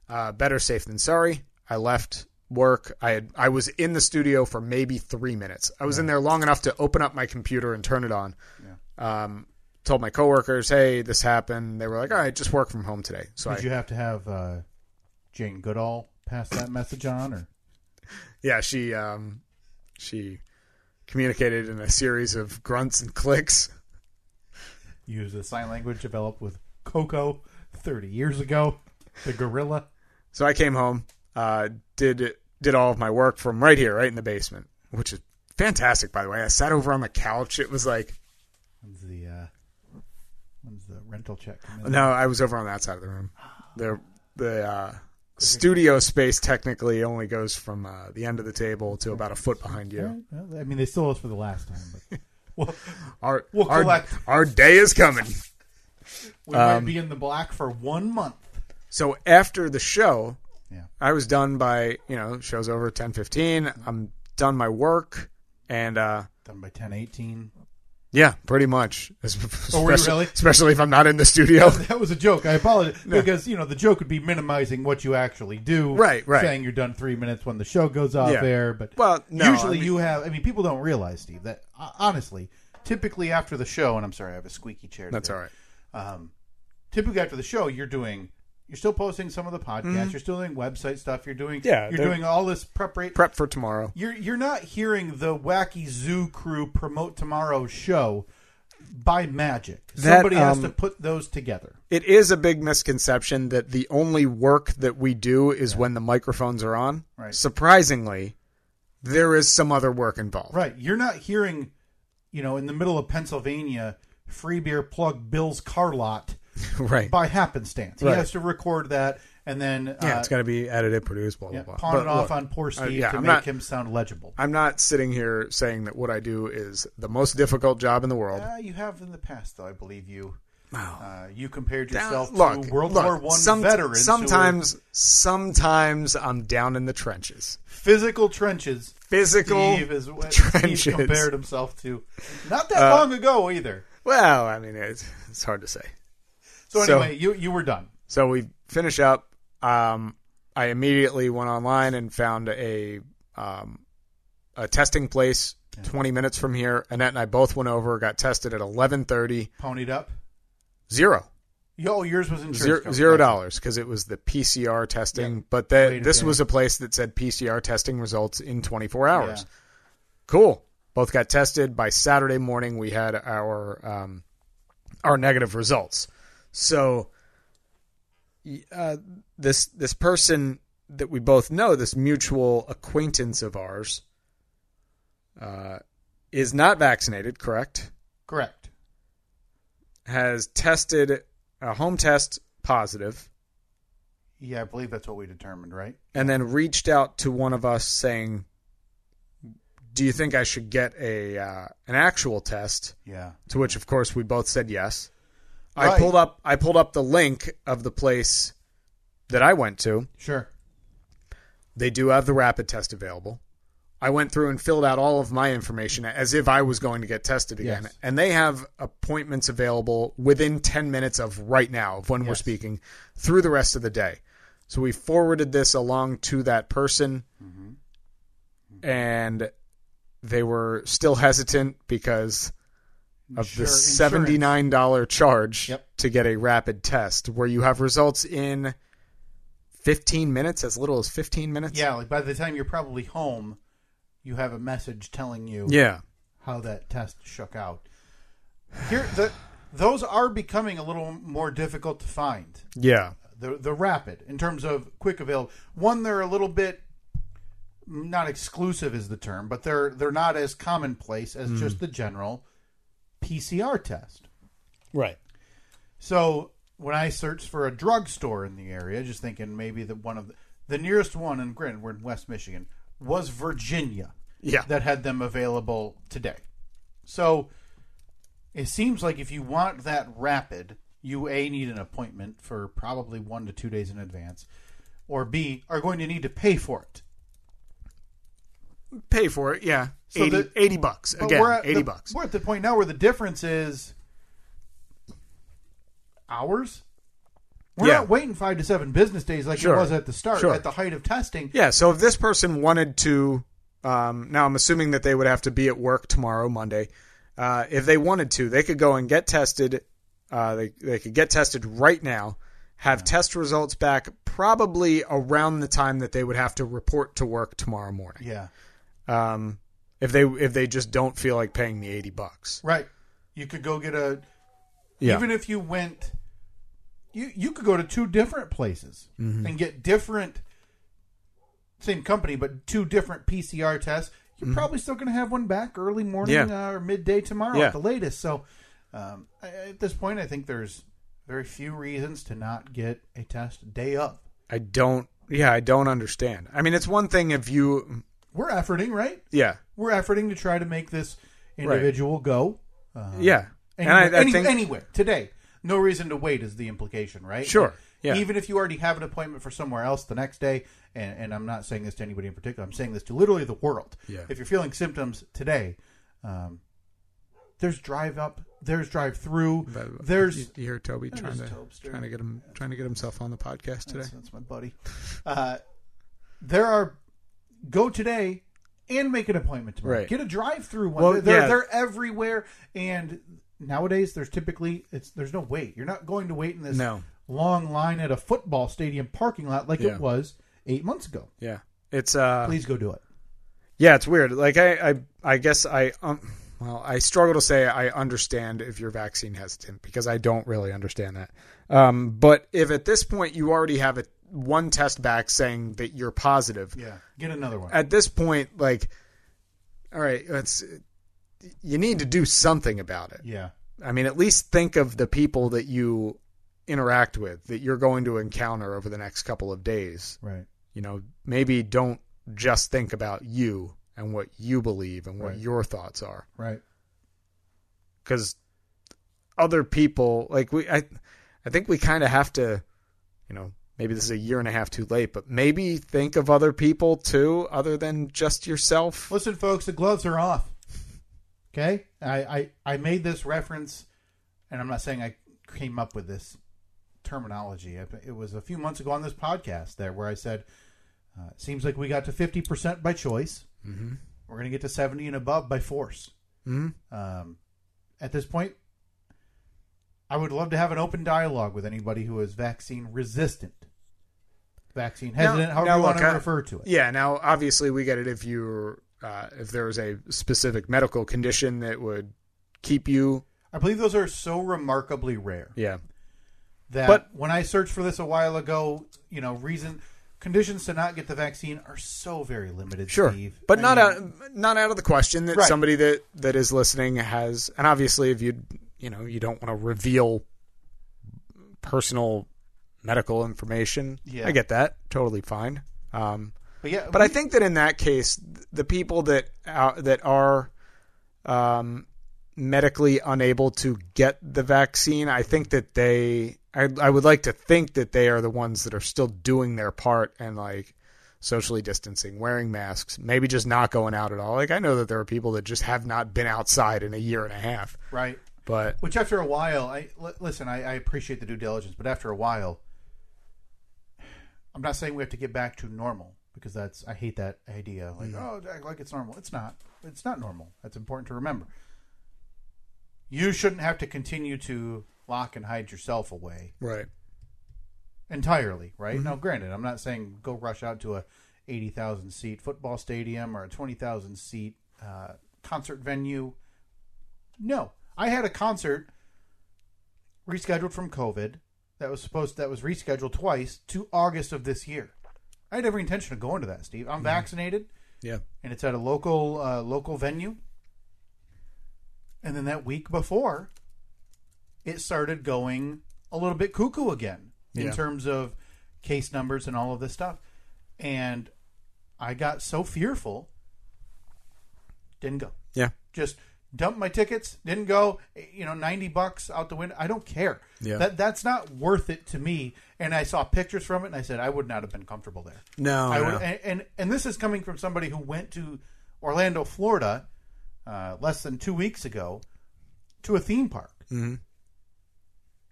Speaker 4: uh, better safe than sorry. I left work. I had I was in the studio for maybe three minutes. I was in there long enough to open up my computer and turn it on um, told my coworkers, "Hey, this happened." They were like, "All right, just work from home today." So I,
Speaker 2: Did you have to have uh, Jane Goodall pass that message on, or
Speaker 4: yeah, she um, she communicated in a series of grunts and clicks.
Speaker 2: use the sign language developed with Coco thirty years ago, the gorilla?
Speaker 4: So I came home, uh, did did all of my work from right here, right in the basement, which is fantastic. By the way, I sat over on the couch. It was like
Speaker 2: When's the uh, when's the rental check? come in?
Speaker 4: no, I was over on that side of the room. The the uh, studio space technically only goes from uh, the end of the table to about a foot behind
Speaker 2: All
Speaker 4: you.
Speaker 2: right, well, I mean, they stole us for the last time, but well,
Speaker 4: Our
Speaker 2: We'll
Speaker 4: our,
Speaker 2: collect.
Speaker 4: our day is coming.
Speaker 2: we
Speaker 4: Um,
Speaker 2: might be in the black for one month.
Speaker 4: So after the show,
Speaker 2: Yeah.
Speaker 4: I was done by you know show's over ten fifteen. I'm done my work, and uh,
Speaker 2: Done by ten eighteen.
Speaker 4: yeah, pretty much. [LAUGHS] Especially,
Speaker 2: Oh, were you really?
Speaker 4: especially if I'm not in
Speaker 2: [LAUGHS]
Speaker 4: the studio.
Speaker 2: [LAUGHS] That was a joke. I apologize because you know the joke would be minimizing what you actually do.
Speaker 4: Right, right.
Speaker 2: Saying you're done three minutes when the show goes off
Speaker 4: Yeah.
Speaker 2: air, but
Speaker 4: Well, no,
Speaker 2: usually
Speaker 4: I mean-
Speaker 2: you have. I mean, people don't realize, Steve, that uh, honestly, typically after the show, and I'm sorry, I have a squeaky chair.
Speaker 4: That's
Speaker 2: today.
Speaker 4: all right.
Speaker 2: um, typically after the show you're doing you're still posting some of the podcasts you're still doing website stuff you're doing
Speaker 4: Mm-hmm. Yeah,
Speaker 2: you're
Speaker 4: they're-
Speaker 2: doing all this prep rate
Speaker 4: Prep for tomorrow.
Speaker 2: you're you're not hearing the wacky zoo crew promote tomorrow's show by magic
Speaker 4: That,
Speaker 2: somebody has
Speaker 4: um,
Speaker 2: to put those together
Speaker 4: It is a big misconception that the only work that we do is when the microphones are on.
Speaker 2: Right.
Speaker 4: Surprisingly, there is some other work involved.
Speaker 2: right you're not hearing you know in the middle of pennsylvania free beer plug bill's car lot
Speaker 4: [LAUGHS] right.
Speaker 2: by happenstance
Speaker 4: Right.
Speaker 2: he has to record that and then
Speaker 4: yeah,
Speaker 2: uh,
Speaker 4: it's got to be edited, produced, blah blah
Speaker 2: yeah,
Speaker 4: blah.
Speaker 2: pawn
Speaker 4: But
Speaker 2: it off
Speaker 4: look,
Speaker 2: on poor steve
Speaker 4: uh, yeah,
Speaker 2: to
Speaker 4: I'm
Speaker 2: make
Speaker 4: not-
Speaker 2: him sound legible
Speaker 4: I'm not sitting here saying that what I do is the most difficult job in the world.
Speaker 2: Uh, you have in the past, though. I believe you. Uh, you compared
Speaker 4: Down-
Speaker 2: yourself
Speaker 4: look,
Speaker 2: to World
Speaker 4: look,
Speaker 2: War One
Speaker 4: some-
Speaker 2: veterans. who were
Speaker 4: Sometimes, sometimes I'm down in the trenches,
Speaker 2: physical trenches.
Speaker 4: physical
Speaker 2: Steve is what
Speaker 4: trenches. Uh,
Speaker 2: Steve compared himself to. Not that long ago either.
Speaker 4: Well, I mean, it's, it's hard to say.
Speaker 2: So
Speaker 4: so-
Speaker 2: anyway, you you were done.
Speaker 4: So we finish up. Um, I immediately went online and found a um, a testing place 20 minutes from here. Annette and I both went over, got tested at 11:30.
Speaker 2: Ponied up.
Speaker 4: Zero.
Speaker 2: Yo, yours was insurance.
Speaker 4: Zero,
Speaker 2: coverage.
Speaker 4: zero dollars because it was the PCR testing, but that
Speaker 2: Later
Speaker 4: this
Speaker 2: day.
Speaker 4: was a place that said PCR testing results in 24 hours.
Speaker 2: Yeah.
Speaker 4: Cool. Both got tested by Saturday morning. We had our um, our negative results. So y- uh, this this person that we both know, this mutual acquaintance of ours, uh, is not vaccinated. Correct
Speaker 2: Correct.
Speaker 4: has tested a home test positive.
Speaker 2: Yeah, I believe that's what we determined, right?
Speaker 4: and then reached out to one of us saying, "Do you think I should get a uh, an actual test?"
Speaker 2: Yeah.
Speaker 4: To which, of course, we both said yes. I
Speaker 2: Right.
Speaker 4: pulled up I pulled up the link of the place that I went to.
Speaker 2: Sure.
Speaker 4: They do have the rapid test available. I went through and filled out all of my information as if I was going to get tested again.
Speaker 5: Yes.
Speaker 4: And they have appointments available within 10 minutes of right now, of when we're
Speaker 5: Yes.
Speaker 4: speaking, through the rest of the day. So we forwarded this along to that person.
Speaker 5: Mm-hmm.
Speaker 4: And they were still hesitant because of
Speaker 2: Insure-
Speaker 4: the
Speaker 2: insurance.
Speaker 4: $79 charge
Speaker 5: Yep.
Speaker 4: to get a rapid test where you have results in 15 minutes, as little as 15 minutes.
Speaker 2: Yeah, like by the time you're probably home, you have a message telling you
Speaker 4: Yeah.
Speaker 2: how that test shook out. Here, the, those are becoming a little more difficult to find.
Speaker 4: Yeah.
Speaker 2: The the rapid in terms of quick available. One, they're a little bit not exclusive is the term, but they're they're not as commonplace as just the general PCR test.
Speaker 4: Right.
Speaker 2: So when I searched for a drugstore in the area, just thinking maybe that one of the, the nearest one, and granted we're in West Michigan, was Virginia
Speaker 4: Yeah.
Speaker 2: that had them available today. So it seems like if you want that rapid, you a need an appointment for probably one to two days in advance, or b are going to need to pay for it.
Speaker 4: pay for it. Yeah,
Speaker 2: So
Speaker 4: 80,
Speaker 2: the-
Speaker 4: 80 bucks again.
Speaker 2: at
Speaker 4: Eighty
Speaker 2: the,
Speaker 4: bucks.
Speaker 2: We're at the point now where the difference is hours. We're
Speaker 4: Yeah.
Speaker 2: not waiting five to seven business days like
Speaker 4: Sure.
Speaker 2: it was at the start,
Speaker 4: Sure.
Speaker 2: at the height of testing.
Speaker 4: Yeah. So if this person wanted to, um, now I'm assuming that they would have to be at work tomorrow, Monday. Uh, if they wanted to, they could go and get tested. Uh, they they could get tested right now, have test results back probably around the time that they would have to report to work tomorrow morning.
Speaker 2: Yeah,
Speaker 4: Um, if they if they just don't feel like paying the eighty bucks.
Speaker 2: right. You could go get a
Speaker 4: Yeah.
Speaker 2: even if you went, you you could go to two different places
Speaker 4: Mm-hmm.
Speaker 2: and get different, same company but two different PCR tests. You're probably still going to have one back early morning
Speaker 4: Mm-hmm. Yeah.
Speaker 2: uh, or midday tomorrow
Speaker 4: Yeah.
Speaker 2: at the latest. So um, I- at this point, I think there's very few reasons to not get a test day up.
Speaker 4: I don't. Yeah, I don't understand. I mean, it's one thing if you.
Speaker 2: We're efforting, right?
Speaker 4: Yeah.
Speaker 2: We're efforting to try to make this
Speaker 4: Right.
Speaker 2: individual go. Uh,
Speaker 4: Yeah.
Speaker 2: Anywhere,
Speaker 4: and I, I
Speaker 2: any-
Speaker 4: think
Speaker 2: anywhere today. No reason to wait is the implication, right?
Speaker 4: Sure, yeah.
Speaker 2: Even if you already have an appointment for somewhere else the next day, and, and I'm not saying this to anybody in particular, I'm saying this to literally the world.
Speaker 4: Yeah.
Speaker 2: If you're feeling symptoms today, um, there's drive up, there's drive through,
Speaker 4: But uh, you,
Speaker 2: there's
Speaker 4: you hear Toby
Speaker 2: there's
Speaker 4: trying to
Speaker 2: Tobster.
Speaker 4: trying to get him trying to get himself on the podcast today.
Speaker 2: that's, that's my buddy. Uh, there are go today and make an appointment tomorrow.
Speaker 4: Right.
Speaker 2: Get a drive-through one.
Speaker 4: Well,
Speaker 2: they're, they're-
Speaker 4: yeah.
Speaker 2: they're everywhere, and nowadays there's typically it's there's no wait. You're not going to wait in this
Speaker 4: No.
Speaker 2: long line at a football stadium parking lot like
Speaker 4: Yeah.
Speaker 2: it was eight months ago.
Speaker 4: Yeah, it's uh,
Speaker 2: Please go do it.
Speaker 4: yeah, it's weird. Like I, I, I guess I, um, well, I struggle to say I understand if you're vaccine hesitant because I don't really understand that. Um, but if at this point you already have a one test back saying that you're positive,
Speaker 2: Yeah, get another one.
Speaker 4: at this point, like, all right, let's. You need to do something about it.
Speaker 2: yeah,
Speaker 4: I mean, at least think of the people that you interact with that you're going to encounter over the next couple of days.
Speaker 2: right.
Speaker 4: You know, maybe don't just think about you and what you believe and what
Speaker 2: Right.
Speaker 4: your thoughts are
Speaker 2: Right.
Speaker 4: cuz other people like we I I think we kind of have to you know, maybe this is a year and a half too late, but maybe think of other people too other than just yourself.
Speaker 2: Listen, folks, the gloves are off. Okay, I, I I made this reference, and I'm not saying I came up with this terminology. It it was a few months ago on this podcast there where I said, uh, it "Seems like we got to 50 percent by choice.
Speaker 4: Mhm.
Speaker 2: We're going to get to 70 and above by force."
Speaker 4: Mhm.
Speaker 2: Um, at this point, I would love to have an open dialogue with anybody who is vaccine resistant, vaccine
Speaker 4: Now-
Speaker 2: hesitant, however
Speaker 4: now
Speaker 2: you want
Speaker 4: look,
Speaker 2: to
Speaker 4: I-
Speaker 2: refer to it.
Speaker 4: Yeah. Now, obviously, we get it if you're uh, if there is a specific medical condition that would keep you.
Speaker 2: I believe those are so remarkably rare.
Speaker 4: Yeah.
Speaker 2: that
Speaker 4: But-
Speaker 2: when I searched for this a while ago, you know, reason conditions to not get the vaccine are so very limited.
Speaker 4: Sure.
Speaker 2: Steve.
Speaker 4: But
Speaker 2: I
Speaker 4: not
Speaker 2: mean,
Speaker 4: out not out of the question that
Speaker 2: Right.
Speaker 4: somebody that that is listening has. And obviously, if you you know you don't want to reveal personal medical information,
Speaker 2: Yeah.
Speaker 4: I get that. Totally fine. Um,
Speaker 2: But yeah,
Speaker 4: But I think that in that case, th- the people that uh, that are um, medically unable to get the vaccine, I think that they, I, I would like to think that they are the ones that are still doing their part and like socially distancing, wearing masks, maybe just not going out at all. Like I know that there are people that just have not been outside in a year and a half,
Speaker 2: right?
Speaker 4: but
Speaker 2: Which after a while, I l- listen. I, I appreciate the due diligence, but after a while, I'm not saying we have to get back to normal because that's I hate that idea. Like
Speaker 4: Mm-hmm.
Speaker 2: oh, act like it's normal. It's not. It's not normal. That's important to remember. You shouldn't have to continue to lock and hide yourself away
Speaker 4: right.
Speaker 2: entirely, right? Now, granted, I'm not saying go rush out to a 80,000 seat football stadium or a 20,000 seat uh, concert venue. No, I had a concert rescheduled from COVID that was supposed that was rescheduled twice to August of this year. I had every intention of going to that, Steve. I'm vaccinated,
Speaker 4: Yeah.
Speaker 2: and it's at a local uh, local venue. And then that week before, it started going a little bit cuckoo again in
Speaker 4: Yeah.
Speaker 2: terms of case numbers and all of this stuff. And I got so fearful, didn't go.
Speaker 4: Yeah.
Speaker 2: Just dumped my tickets, didn't go. You know, ninety bucks out the window. I don't care.
Speaker 4: Yeah.
Speaker 2: That that's not worth it to me. And I saw pictures from it, and I said I would not have been comfortable there.
Speaker 4: No.
Speaker 2: I
Speaker 4: no.
Speaker 2: would, and, and and this is coming from somebody who went to Orlando, Florida, uh, less than two weeks ago, to a theme park.
Speaker 4: Mhm.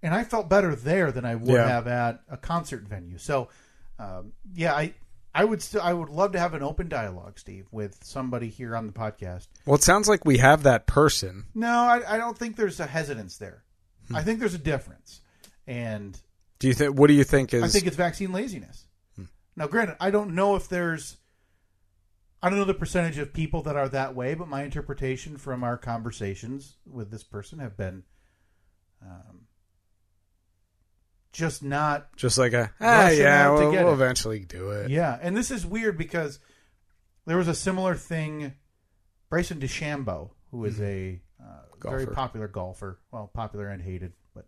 Speaker 2: And I felt better there than I would
Speaker 4: Yeah.
Speaker 2: have at a concert venue. So, um, yeah, I I would still I would love to have an open dialogue, Steve, with somebody here on the podcast.
Speaker 4: Well, it sounds like we have that person.
Speaker 2: No, I, I don't think there's a hesitance there. I think there's a difference, and
Speaker 4: Do you think? What do you think is? Hmm.
Speaker 2: I think it's vaccine laziness. Now, granted, I don't know if there's, I don't know the percentage of people that are that way, but my interpretation from our conversations with this person have been, um, just not.
Speaker 4: just like a ah,
Speaker 2: Rushing
Speaker 4: yeah,
Speaker 2: out to
Speaker 4: we'll,
Speaker 2: get
Speaker 4: we'll
Speaker 2: it.
Speaker 4: eventually do it.
Speaker 2: Yeah, and this is weird because there was a similar thing. Bryson DeChambeau, who is a uh, very
Speaker 4: Mm-hmm. Golfer.
Speaker 2: popular golfer, well, popular and hated, but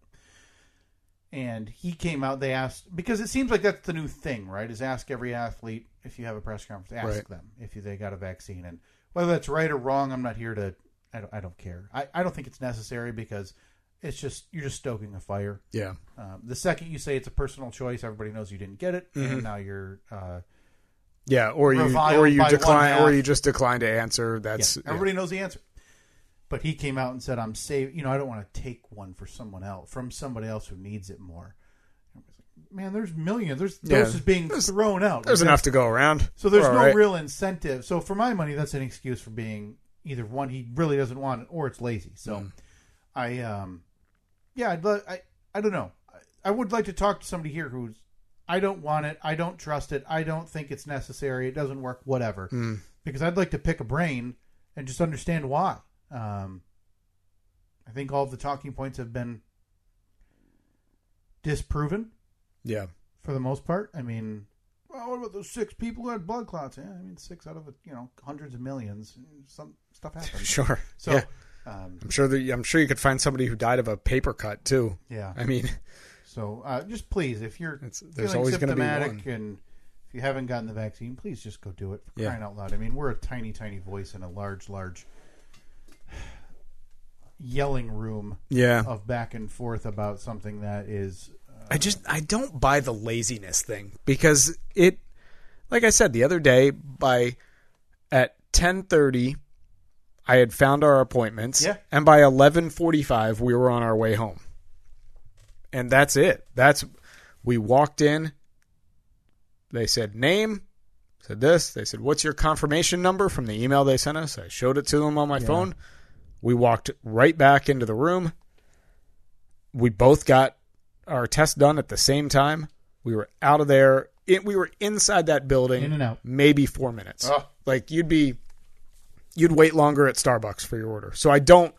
Speaker 2: and he came out. They asked because it seems like that's the new thing, right? Is ask every athlete if you have a press conference, ask
Speaker 4: Right.
Speaker 2: them if you, they got a vaccine, and whether that's right or wrong, I'm not here to. I don't, I don't care. I, I don't think it's necessary because it's just you're just stoking a fire.
Speaker 4: Yeah.
Speaker 2: Um, the second you say it's a personal choice, everybody knows you didn't get it,
Speaker 4: Mm-hmm.
Speaker 2: and now you're. Uh,
Speaker 4: Yeah, or you
Speaker 2: Reviled
Speaker 4: or you
Speaker 2: by one
Speaker 4: decline or
Speaker 2: half.
Speaker 4: you just decline to answer. That's
Speaker 2: yeah, everybody knows the answer. But he came out and said, "I'm saving. You know, I don't want to take one for someone else from somebody else who needs it more." And I was like, Man, there's millions. There's
Speaker 4: Yeah.
Speaker 2: doses being
Speaker 4: There's-
Speaker 2: thrown out.
Speaker 4: There's
Speaker 2: Like,
Speaker 4: enough to go around.
Speaker 2: So there's
Speaker 4: We're
Speaker 2: no
Speaker 4: all right.
Speaker 2: real incentive. So for my money, that's an excuse for being either one he really doesn't want it or it's lazy. So
Speaker 4: Hmm.
Speaker 2: I um yeah, I'd lo- I I don't know. I, I would like to talk to somebody here who's I don't want it. I don't trust it. I don't think it's necessary. It doesn't work. Whatever.
Speaker 4: Hmm.
Speaker 2: Because I'd like to pick a brain and just understand why. Um, I think all of the talking points have been disproven
Speaker 4: Yeah, [LAUGHS]
Speaker 2: for the most part. I mean, well, what about those six people who had blood clots? Yeah, I mean, six out of you know hundreds of millions. Some
Speaker 4: [LAUGHS]
Speaker 2: stuff happens.
Speaker 4: sure.
Speaker 2: So,
Speaker 4: yeah,
Speaker 2: um,
Speaker 4: I'm sure that I'm sure you could find somebody who died of a paper cut too.
Speaker 2: yeah.
Speaker 4: I mean, [LAUGHS]
Speaker 2: So, uh, just please, if you're
Speaker 4: It's- there's
Speaker 2: feeling
Speaker 4: always gonna be
Speaker 2: symptomatic and if you haven't gotten the vaccine, please just go do it. For
Speaker 4: Yeah.
Speaker 2: Crying out loud! I mean, we're a tiny, tiny voice in a large, large [SIGHS] yelling room
Speaker 4: yeah.
Speaker 2: of back and forth about something that is
Speaker 4: I just I don't buy the laziness thing because it like I said the other day by at 10:30 I had found our appointments
Speaker 2: Yeah.
Speaker 4: and by 11:45 we were on our way home. And that's it. That's we walked in they said name said this they said what's your confirmation number from the email they sent us I showed it to them on my phone. We walked right back into the room. We both got our test done at the same time. We were out of there. It, we were inside that building
Speaker 2: In and out.
Speaker 4: maybe four minutes.
Speaker 2: Oh.
Speaker 4: Like you'd be, you'd wait longer at Starbucks for your order. So I don't,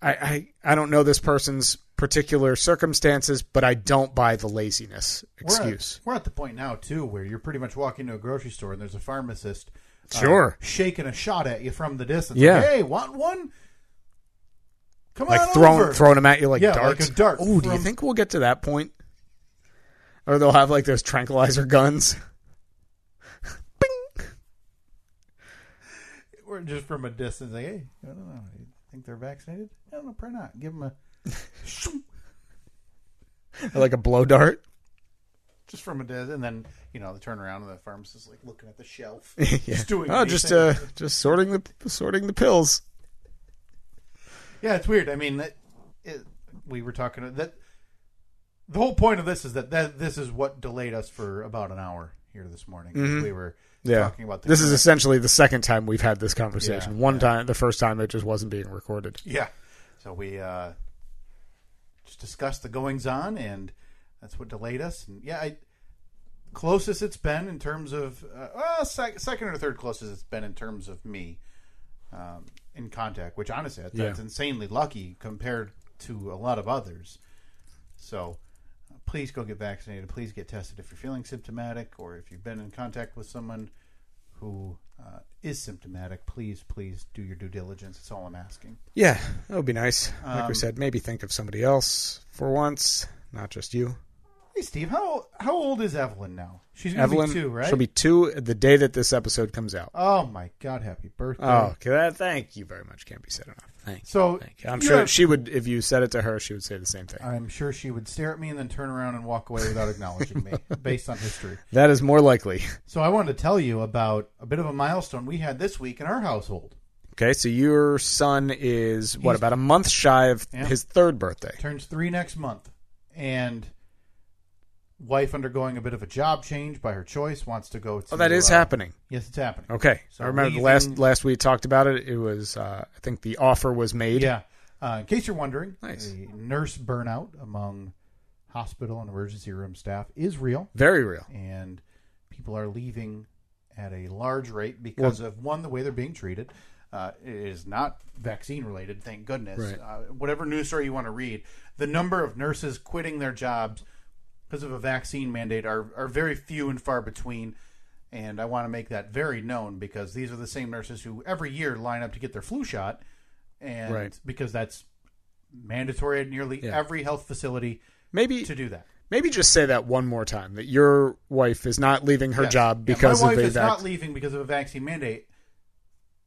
Speaker 4: I, I, I don't know this person's particular circumstances, but I don't buy the laziness
Speaker 2: We're at-
Speaker 4: excuse.
Speaker 2: We're at, the point now too where you're pretty much walking to a grocery store and there's a pharmacist uh,
Speaker 4: Sure.
Speaker 2: shaking a shot at you from the distance.
Speaker 4: Yeah.
Speaker 2: Like, hey, want one? Come on
Speaker 4: like throwing
Speaker 2: over.
Speaker 4: throwing them at you like
Speaker 2: Yeah, like
Speaker 4: darts.
Speaker 2: a dart
Speaker 4: Oh, do you
Speaker 2: from-
Speaker 4: think we'll get to that point? Or they'll have like those tranquilizer guns. [LAUGHS] Bing.
Speaker 2: We're just from a distance. Like, hey, I don't know. You think they're vaccinated? I don't know. Probably not.
Speaker 4: [LAUGHS]
Speaker 2: Give them a.
Speaker 4: Or like a blow dart.
Speaker 2: just from a des- and then you know the turnaround and the pharmacist like looking at the shelf,
Speaker 4: [LAUGHS] yeah.
Speaker 2: just doing.
Speaker 4: oh, just uh,
Speaker 2: anything.
Speaker 4: just sorting the sorting the pills.
Speaker 2: yeah, it's weird. I mean, that, it, we were talking that the whole point of this is that, that this is what delayed us for about an hour here this morning. We were
Speaker 4: Mm-hmm. Yeah,
Speaker 2: talking about the
Speaker 4: this is
Speaker 2: current-
Speaker 4: essentially the second time we've had this conversation.
Speaker 2: Yeah,
Speaker 4: One time, the first time it just wasn't being recorded.
Speaker 2: Yeah. So we uh, just discussed the goings on, and that's what delayed us. And yeah, I, closest it's been in terms of uh, well, sec- second or third closest it's been in terms of me um, in contact. Which honestly, that, that's
Speaker 4: Yeah.
Speaker 2: insanely lucky compared to a lot of others. So. uh, Please go get vaccinated. Please get tested if you're feeling symptomatic or if you've been in contact with someone who uh, is symptomatic. Please, please do your due diligence. That's all I'm asking.
Speaker 4: Yeah, that would be nice. Like we said, maybe think of somebody else for once, not just you.
Speaker 2: Hey Steve, how how old is Evelyn now? She's gonna
Speaker 4: Evelyn,
Speaker 2: be two, right?
Speaker 4: she'll be two the day that this episode comes out.
Speaker 2: Oh my God! Happy birthday!
Speaker 4: Oh, okay, that, thank you very much. Can't be said enough. Thanks.
Speaker 2: so
Speaker 4: I'm
Speaker 2: you
Speaker 4: sure
Speaker 2: have-
Speaker 4: she would, if you Uh, said it to her, she would say the same thing.
Speaker 2: I'm sure she would stare at me and then turn around and walk away without acknowledging
Speaker 4: [LAUGHS]
Speaker 2: me, based on history.
Speaker 4: That is more likely.
Speaker 2: So I wanted to tell you about a bit of a milestone we had this week in our household.
Speaker 4: Okay, so your son is what about a month shy of
Speaker 2: Yeah.
Speaker 4: his third birthday?
Speaker 2: Turns three next month, and wife undergoing a bit of a job change by her choice wants to go. To,
Speaker 4: Oh, that is
Speaker 2: uh,
Speaker 4: happening.
Speaker 2: Yes, it's happening.
Speaker 4: Okay,
Speaker 2: So
Speaker 4: I remember
Speaker 2: leaving-
Speaker 4: the last last we talked about it. It was uh, I think the offer was made.
Speaker 2: Yeah. Uh, in case you're wondering,
Speaker 4: Nice.
Speaker 2: the nurse burnout among hospital and emergency room staff is real,
Speaker 4: very real.
Speaker 2: and people are leaving at a large rate because of one the way they're being treated. Uh, it is not vaccine related, thank goodness.
Speaker 4: Right.
Speaker 2: Uh, whatever news story you want to read, the number of nurses quitting their jobs because of a vaccine mandate are, are very few and far between. And I want to make that very known because these are the same nurses who every year line up to get their flu shot. And
Speaker 4: Right.
Speaker 2: because that's mandatory at nearly
Speaker 4: Yeah.
Speaker 2: every health facility
Speaker 4: Maybe
Speaker 2: to do that.
Speaker 4: maybe just say that one more time that your wife is not leaving her
Speaker 2: Yes.
Speaker 4: job
Speaker 2: Yeah,
Speaker 4: because
Speaker 2: my
Speaker 4: of
Speaker 2: wife
Speaker 4: a
Speaker 2: is not
Speaker 4: vaccine.
Speaker 2: leaving because of a vaccine mandate.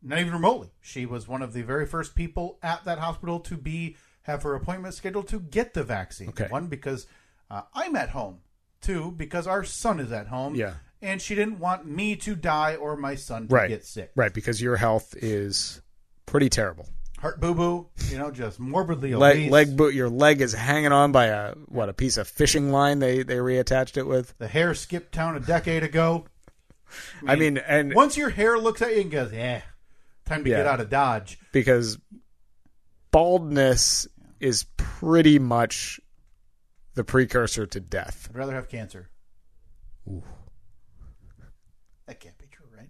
Speaker 2: Not even remotely. She was one of the very first people at that hospital to be have her appointment scheduled to get the vaccine.
Speaker 4: Okay.
Speaker 2: One because uh, I'm at home. Two because our son is at home.
Speaker 4: Yeah.
Speaker 2: And she didn't want me to die or my son to
Speaker 4: right.
Speaker 2: get sick.
Speaker 4: Right, because your health is pretty terrible.
Speaker 2: Heart boo boo. You know, just morbidly
Speaker 4: Leg,
Speaker 2: obese.
Speaker 4: leg boot. Your leg is hanging on by a what? A piece of fishing line they they reattached it with.
Speaker 2: the hair skipped town a decade ago.
Speaker 4: I mean, and
Speaker 2: Once your hair looks at you and goes, "Yeah, time to
Speaker 4: Yeah.
Speaker 2: get out of Dodge."
Speaker 4: because baldness is pretty much the precursor to death.
Speaker 2: I'd rather have cancer. That can't be true, right?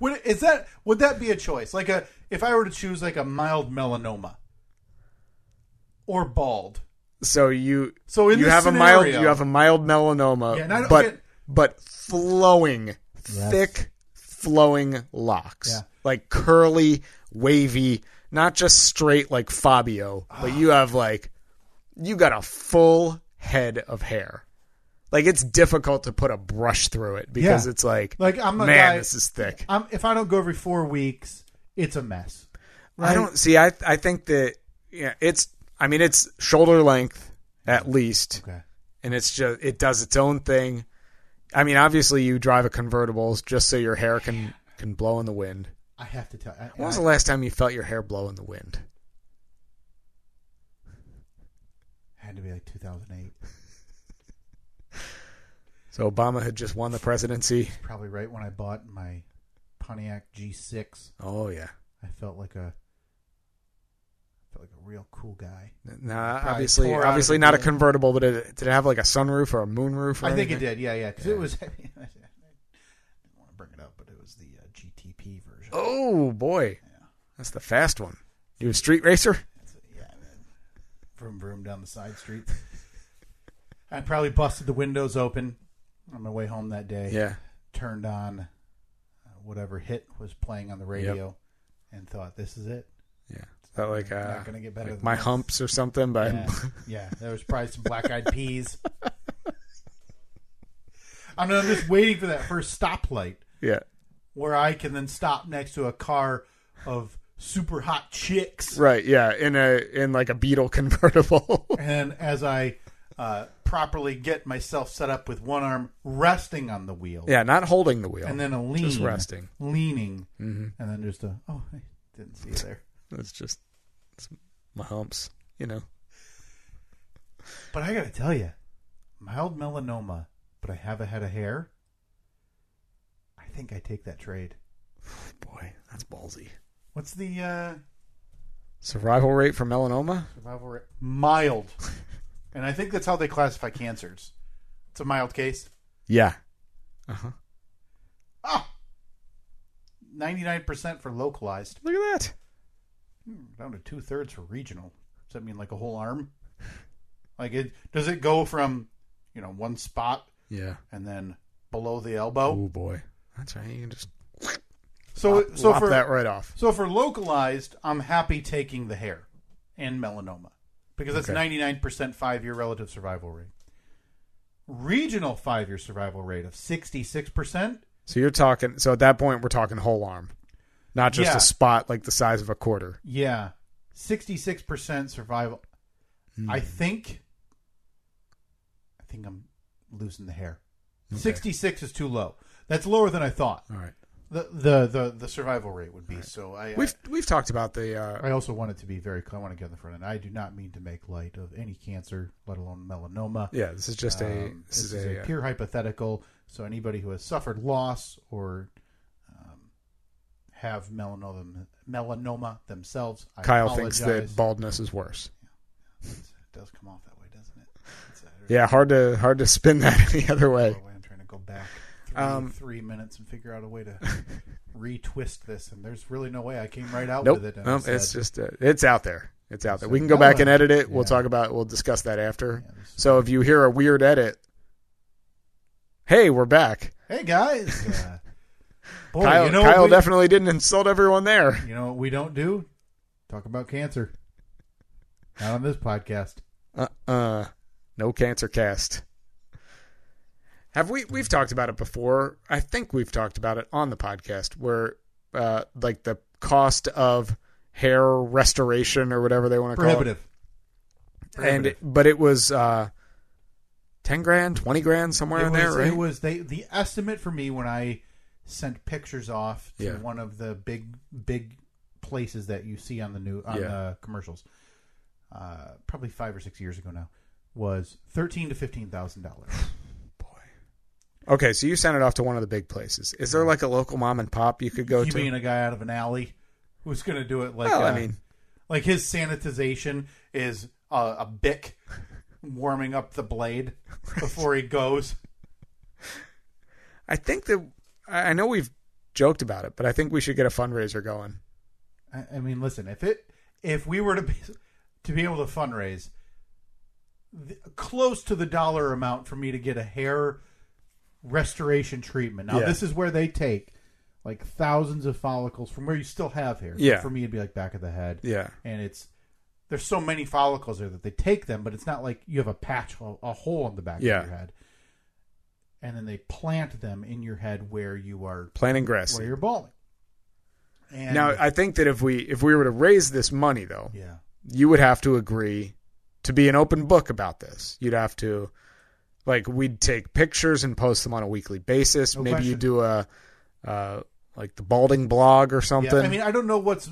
Speaker 2: Would is that would that be a choice? Like a if I were to choose like a mild melanoma or bald.
Speaker 4: So you
Speaker 2: So in
Speaker 4: you
Speaker 2: this
Speaker 4: have a mild
Speaker 2: scenario-
Speaker 4: you have a mild melanoma,
Speaker 2: Yeah, and I don't-
Speaker 4: but
Speaker 2: okay.
Speaker 4: but flowing thick flowing locks,
Speaker 2: Yeah.
Speaker 4: like curly, wavy, not just straight like Fabio, but
Speaker 2: [SIGHS]
Speaker 4: you have like you got a full head of hair. Like it's difficult to put a brush through it because
Speaker 2: Yeah.
Speaker 4: it's like,
Speaker 2: Like, I'm a
Speaker 4: man,
Speaker 2: guy-
Speaker 4: this is thick.
Speaker 2: Um, if I don't go every four weeks, it's a mess.
Speaker 4: I don't see. I I think that yeah, it's. I mean, it's shoulder length at least,
Speaker 2: Okay.
Speaker 4: and it's just it does its own thing. I mean, obviously, you drive a convertible just so your hair can can blow in the wind.
Speaker 2: I have to tell. I,
Speaker 4: When was
Speaker 2: I-
Speaker 4: the last time you felt your hair blow in the wind?
Speaker 2: had to be like 2008.
Speaker 4: So Obama had just won the presidency.
Speaker 2: Probably right when I bought my Pontiac G6.
Speaker 4: Oh yeah.
Speaker 2: I felt like a I felt like a real cool guy.
Speaker 4: Nah,
Speaker 2: Probably
Speaker 4: obviously,
Speaker 2: tore out of
Speaker 4: obviously
Speaker 2: the
Speaker 4: not a
Speaker 2: blue.
Speaker 4: convertible, but it, did it have like a sunroof or a moonroof? Or
Speaker 2: I think it
Speaker 4: anything?
Speaker 2: did. Yeah, yeah. Because it
Speaker 4: [LAUGHS]
Speaker 2: was. [LAUGHS] I didn't want to bring it up, but it was the uh, GTP version.
Speaker 4: Oh boy,
Speaker 2: Yeah.
Speaker 4: that's the fast one. You a street racer?
Speaker 2: That's it, yeah. Man. Vroom vroom down the side street. [LAUGHS] I probably busted the windows open on my way home that day.
Speaker 4: Yeah.
Speaker 2: Turned on uh, whatever hit was playing on the radio, and thought, "This is
Speaker 4: [LAUGHS]
Speaker 2: it."
Speaker 4: Yeah. Is that like uh,
Speaker 2: Not gonna get better
Speaker 4: like
Speaker 2: than
Speaker 4: my
Speaker 2: this.
Speaker 4: humps or something? But
Speaker 2: Yeah, yeah. There was probably some black eyed peas. [LAUGHS] I'm I'm just waiting for that first stoplight.
Speaker 4: [LAUGHS] yeah,
Speaker 2: where I can then stop next to a car of super hot chicks.
Speaker 4: [LAUGHS] right. Yeah, in a in like a Beetle convertible.
Speaker 2: And as I uh, properly get myself set up with one arm resting on the wheel.
Speaker 4: Yeah, not holding the wheel.
Speaker 2: And then a lean.
Speaker 4: Just resting.
Speaker 2: Leaning. And then just a, oh, I didn't see you there.
Speaker 4: It's just it's my humps, you know.
Speaker 2: But I got to tell you, mild melanoma, but I have a head of hair. I think I take that trade.
Speaker 4: Boy, that's ballsy.
Speaker 2: What's the uh,
Speaker 4: Survival rate for melanoma?
Speaker 2: survival rate? Mild. and I think that's how they classify cancers. It's a mild case.
Speaker 4: Yeah. Uh huh.
Speaker 2: Ah! 99% for localized,
Speaker 4: Look at that.
Speaker 2: down to two thirds for regional. Does that mean like a whole arm? Like, it does it go from, you know, one spot
Speaker 4: Yeah.
Speaker 2: and then below the elbow?
Speaker 4: Oh boy. That's right. You can just
Speaker 2: So, so
Speaker 4: lop
Speaker 2: for
Speaker 4: that right off.
Speaker 2: So for localized, I'm happy taking the hair and melanoma because that's
Speaker 4: Okay.
Speaker 2: 99% five year relative survival rate. Regional five year survival rate of 66%.
Speaker 4: So you're talking. So at that point, we're talking whole arm, not just
Speaker 2: Yeah.
Speaker 4: a spot like the size of a quarter.
Speaker 2: Yeah. 66% survival.
Speaker 4: Hmm.
Speaker 2: I think. I think I'm losing the hair. 66 is too low. That's lower than I thought.
Speaker 4: All right.
Speaker 2: The the the, the survival rate would be. So I
Speaker 4: We've we've talked about the. Uh,
Speaker 2: I also want it to be very clear. I want to get on the front end. I do not mean to make light of any cancer, let alone melanoma.
Speaker 4: yeah. This is just a.
Speaker 2: Um,
Speaker 4: This, is, a. uh,
Speaker 2: pure hypothetical. So anybody who has suffered loss or um, have melanoma melanoma themselves, I
Speaker 4: Kyle
Speaker 2: apologize.
Speaker 4: thinks that baldness is worse.
Speaker 2: It does come off that way, doesn't it? It's a-
Speaker 4: Yeah. Hard to hard to spin [LAUGHS] that any other way.
Speaker 2: Oh, wait, I'm trying to go back three,
Speaker 4: Um,
Speaker 2: three minutes and figure out a
Speaker 4: [LAUGHS]
Speaker 2: way to retwist this, and there's really no way. I came right out
Speaker 4: Nope.
Speaker 2: with it. And I
Speaker 4: nope. It's
Speaker 2: said-
Speaker 4: just uh, it's out there. It's out there.
Speaker 2: So
Speaker 4: We can go
Speaker 2: now
Speaker 4: back
Speaker 2: I-
Speaker 4: and edit it. We'll
Speaker 2: yeah.
Speaker 4: talk about. We'll discuss that after.
Speaker 2: Yeah, this-
Speaker 4: So if you hear a weird edit, hey, we're back.
Speaker 2: hey guys,
Speaker 4: [LAUGHS]
Speaker 2: uh, boy,
Speaker 4: Kyle,
Speaker 2: you know what
Speaker 4: Kyle
Speaker 2: we-
Speaker 4: definitely didn't insult everyone there.
Speaker 2: You know what we don't do? Talk about cancer. Not on this podcast.
Speaker 4: Uh, uh no cancer cast. Have we? We've talked about it before. I think we've talked about it on the podcast where, uh, like the cost of hair restoration or whatever they want to call it.
Speaker 2: Prohibitive.
Speaker 4: And it- but it was uh, ten grand, twenty grand, somewhere
Speaker 2: it
Speaker 4: in
Speaker 2: was,
Speaker 4: there, right?
Speaker 2: it was they the estimate for me when I sent pictures off to
Speaker 4: Yeah.
Speaker 2: one of the big big places that you see on the new on
Speaker 4: Yeah.
Speaker 2: the commercials. Uh, probably five or six years ago now was thirteen to fifteen thousand dollars.
Speaker 4: Okay, so you sent it off to one of the big places. Is there like a local mom and pop you could go
Speaker 2: You
Speaker 4: to?
Speaker 2: mean a guy out of an alley who's going to do it like
Speaker 4: well,
Speaker 2: uh,
Speaker 4: I mean,
Speaker 2: like his sanitization is uh, a bic warming up the
Speaker 4: [LAUGHS]
Speaker 2: blade before he goes.
Speaker 4: I think that I I know we've joked about it, but I think we should get a fundraiser going.
Speaker 2: I, I mean, listen, if it if we were to be to be able to fundraise th close to the dollar amount for me to get a hair restoration treatment. Now
Speaker 4: Yeah.
Speaker 2: this is where they take like thousands of follicles from where you still have hair.
Speaker 4: Yeah.
Speaker 2: For me, it'd be like back of the head.
Speaker 4: Yeah.
Speaker 2: And it's there's so many follicles there that they take them, but it's not like you have a patch, a, a hole in the back
Speaker 4: Yeah.
Speaker 2: of your head. And then they plant them in your head where you are
Speaker 4: Planting grass.
Speaker 2: where you're balding. And
Speaker 4: Now, I think that if we if we were to raise this money though,
Speaker 2: yeah.
Speaker 4: you would have to agree to be an open book about this. You'd have to like we'd take pictures and post them on a weekly basis.
Speaker 2: No
Speaker 4: Maybe you
Speaker 2: question.
Speaker 4: do a uh like the balding blog or something.
Speaker 2: Yeah, I mean, I don't know what's.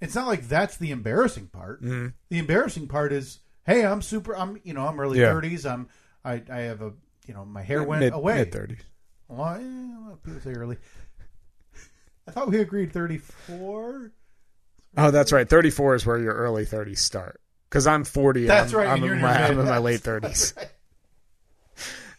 Speaker 2: It's not like that's the embarrassing part.
Speaker 4: Mhm.
Speaker 2: The embarrassing part is, hey, I'm super. I'm you know I'm early
Speaker 4: Yeah.
Speaker 2: thirties. I'm I I have a you know my hair went
Speaker 4: Mid-
Speaker 2: away.
Speaker 4: Mid thirties.
Speaker 2: Well, eh, a lot of people say early. I thought we agreed thirty four.
Speaker 4: Oh, that's right. 34 is where your early 30s start. Because I'm 40. and
Speaker 2: That's
Speaker 4: I'm,
Speaker 2: right,
Speaker 4: I'm,
Speaker 2: and you're
Speaker 4: in
Speaker 2: in
Speaker 4: my,
Speaker 2: your
Speaker 4: I'm in my
Speaker 2: mid- [LAUGHS]
Speaker 4: late 30s.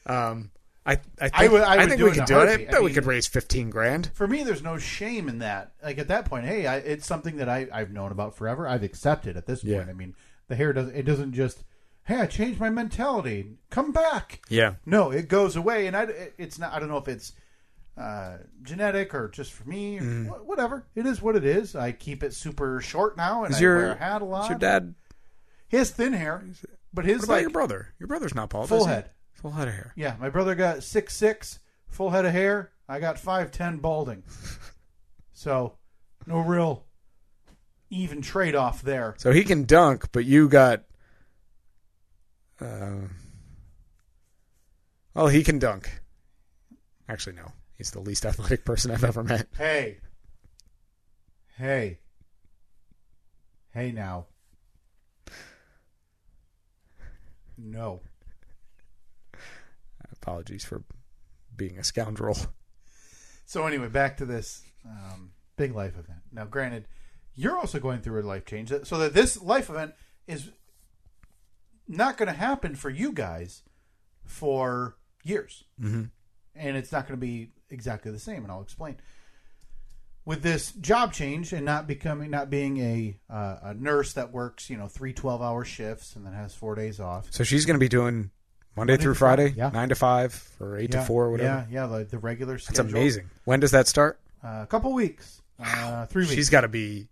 Speaker 4: Um, I, I think,
Speaker 2: I
Speaker 4: I
Speaker 2: would- I would
Speaker 4: think
Speaker 2: do
Speaker 4: we
Speaker 2: it in
Speaker 4: could
Speaker 2: a
Speaker 4: do it. I
Speaker 2: heartbeat. I
Speaker 4: bet we
Speaker 2: mean-
Speaker 4: could raise 15 grand.
Speaker 2: For me, there's no shame in that. Like at that point, hey, I, it's something that I I've known about forever. I've accepted at this point.
Speaker 4: Yeah.
Speaker 2: I mean, the hair doesn't. It doesn't just. Hey, I changed my mentality. Come back.
Speaker 4: Yeah.
Speaker 2: No, it goes away, and I it's not. I don't know if it's uh, genetic or just for me, or
Speaker 4: Mm.
Speaker 2: wh- whatever. It is what it is. I keep it super short now, and
Speaker 4: Is
Speaker 2: I
Speaker 4: your,
Speaker 2: wear a hat a lot.
Speaker 4: is your dad.
Speaker 2: He has thin hair, but
Speaker 4: What
Speaker 2: his
Speaker 4: about
Speaker 2: like
Speaker 4: your brother? Your brother's not bald.
Speaker 2: full
Speaker 4: is he?
Speaker 2: head.
Speaker 4: Full head of hair.
Speaker 2: Yeah, my brother got six six, full head of hair. I got five ten
Speaker 4: [LAUGHS]
Speaker 2: balding. so, no real even trade off there.
Speaker 4: So he can dunk, but you got. Uh, Well, he can dunk. Actually, no. He's the least [LAUGHS] athletic person I've ever met.
Speaker 2: Hey. Hey. Hey now. No.
Speaker 4: Apologies for being a scoundrel.
Speaker 2: So anyway, back to this um, big life event. Now, granted, you're also going through a life change, so that this life event is not going to happen for you guys for years,
Speaker 4: Mm-hmm.
Speaker 2: and it's not going to be exactly the same. And I'll explain with this job change and not becoming not being a uh, a nurse that works you know three 12 hour shifts and then has four days off.
Speaker 4: So she's going to be doing Monday,
Speaker 2: Monday
Speaker 4: through
Speaker 2: to Friday,
Speaker 4: Friday,
Speaker 2: yeah.
Speaker 4: 9 to 5 or 8
Speaker 2: Yeah,
Speaker 4: to 4 or whatever.
Speaker 2: Yeah, yeah, like the regular
Speaker 4: That's
Speaker 2: schedule.
Speaker 4: amazing. When does that start?
Speaker 2: Uh, a couple weeks, uh, three weeks.
Speaker 4: She's got to be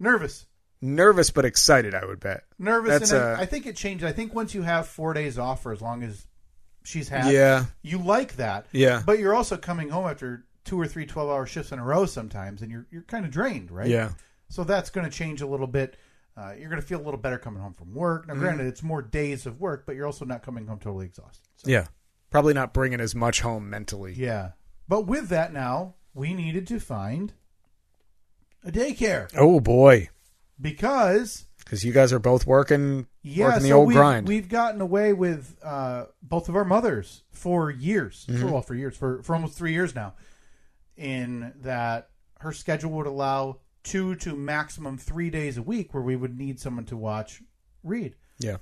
Speaker 2: nervous.
Speaker 4: nervous but excited, I would bet.
Speaker 2: nervous.
Speaker 4: That's
Speaker 2: and
Speaker 4: a-
Speaker 2: I I think it changed. I think once you have four days off, for as long as she's had,
Speaker 4: Yeah.
Speaker 2: you like that.
Speaker 4: Yeah.
Speaker 2: But you're also coming home after two or three 12 hour shifts in a row sometimes, and you're you're kind of drained, right?
Speaker 4: Yeah.
Speaker 2: So that's going to change a little bit. Uh, you're going to feel a little better coming home from work.
Speaker 4: Mm-hmm.
Speaker 2: Now, granted, it's more days of work, but you're also not coming home totally exhausted. So,
Speaker 4: Yeah. Probably not bringing as much home mentally.
Speaker 2: yeah. But with that, now we needed to find a daycare
Speaker 4: Oh, boy.
Speaker 2: because
Speaker 4: Because you guys are both working,
Speaker 2: Yeah,
Speaker 4: working the
Speaker 2: so
Speaker 4: old
Speaker 2: we've,
Speaker 4: grind.
Speaker 2: we've gotten away with uh, both of our mothers for years.
Speaker 4: Mm-hmm.
Speaker 2: For, well, for years, for, for almost three years now, in that her schedule would allow two to maximum three days a week where we would need someone to watch read.
Speaker 4: yeah.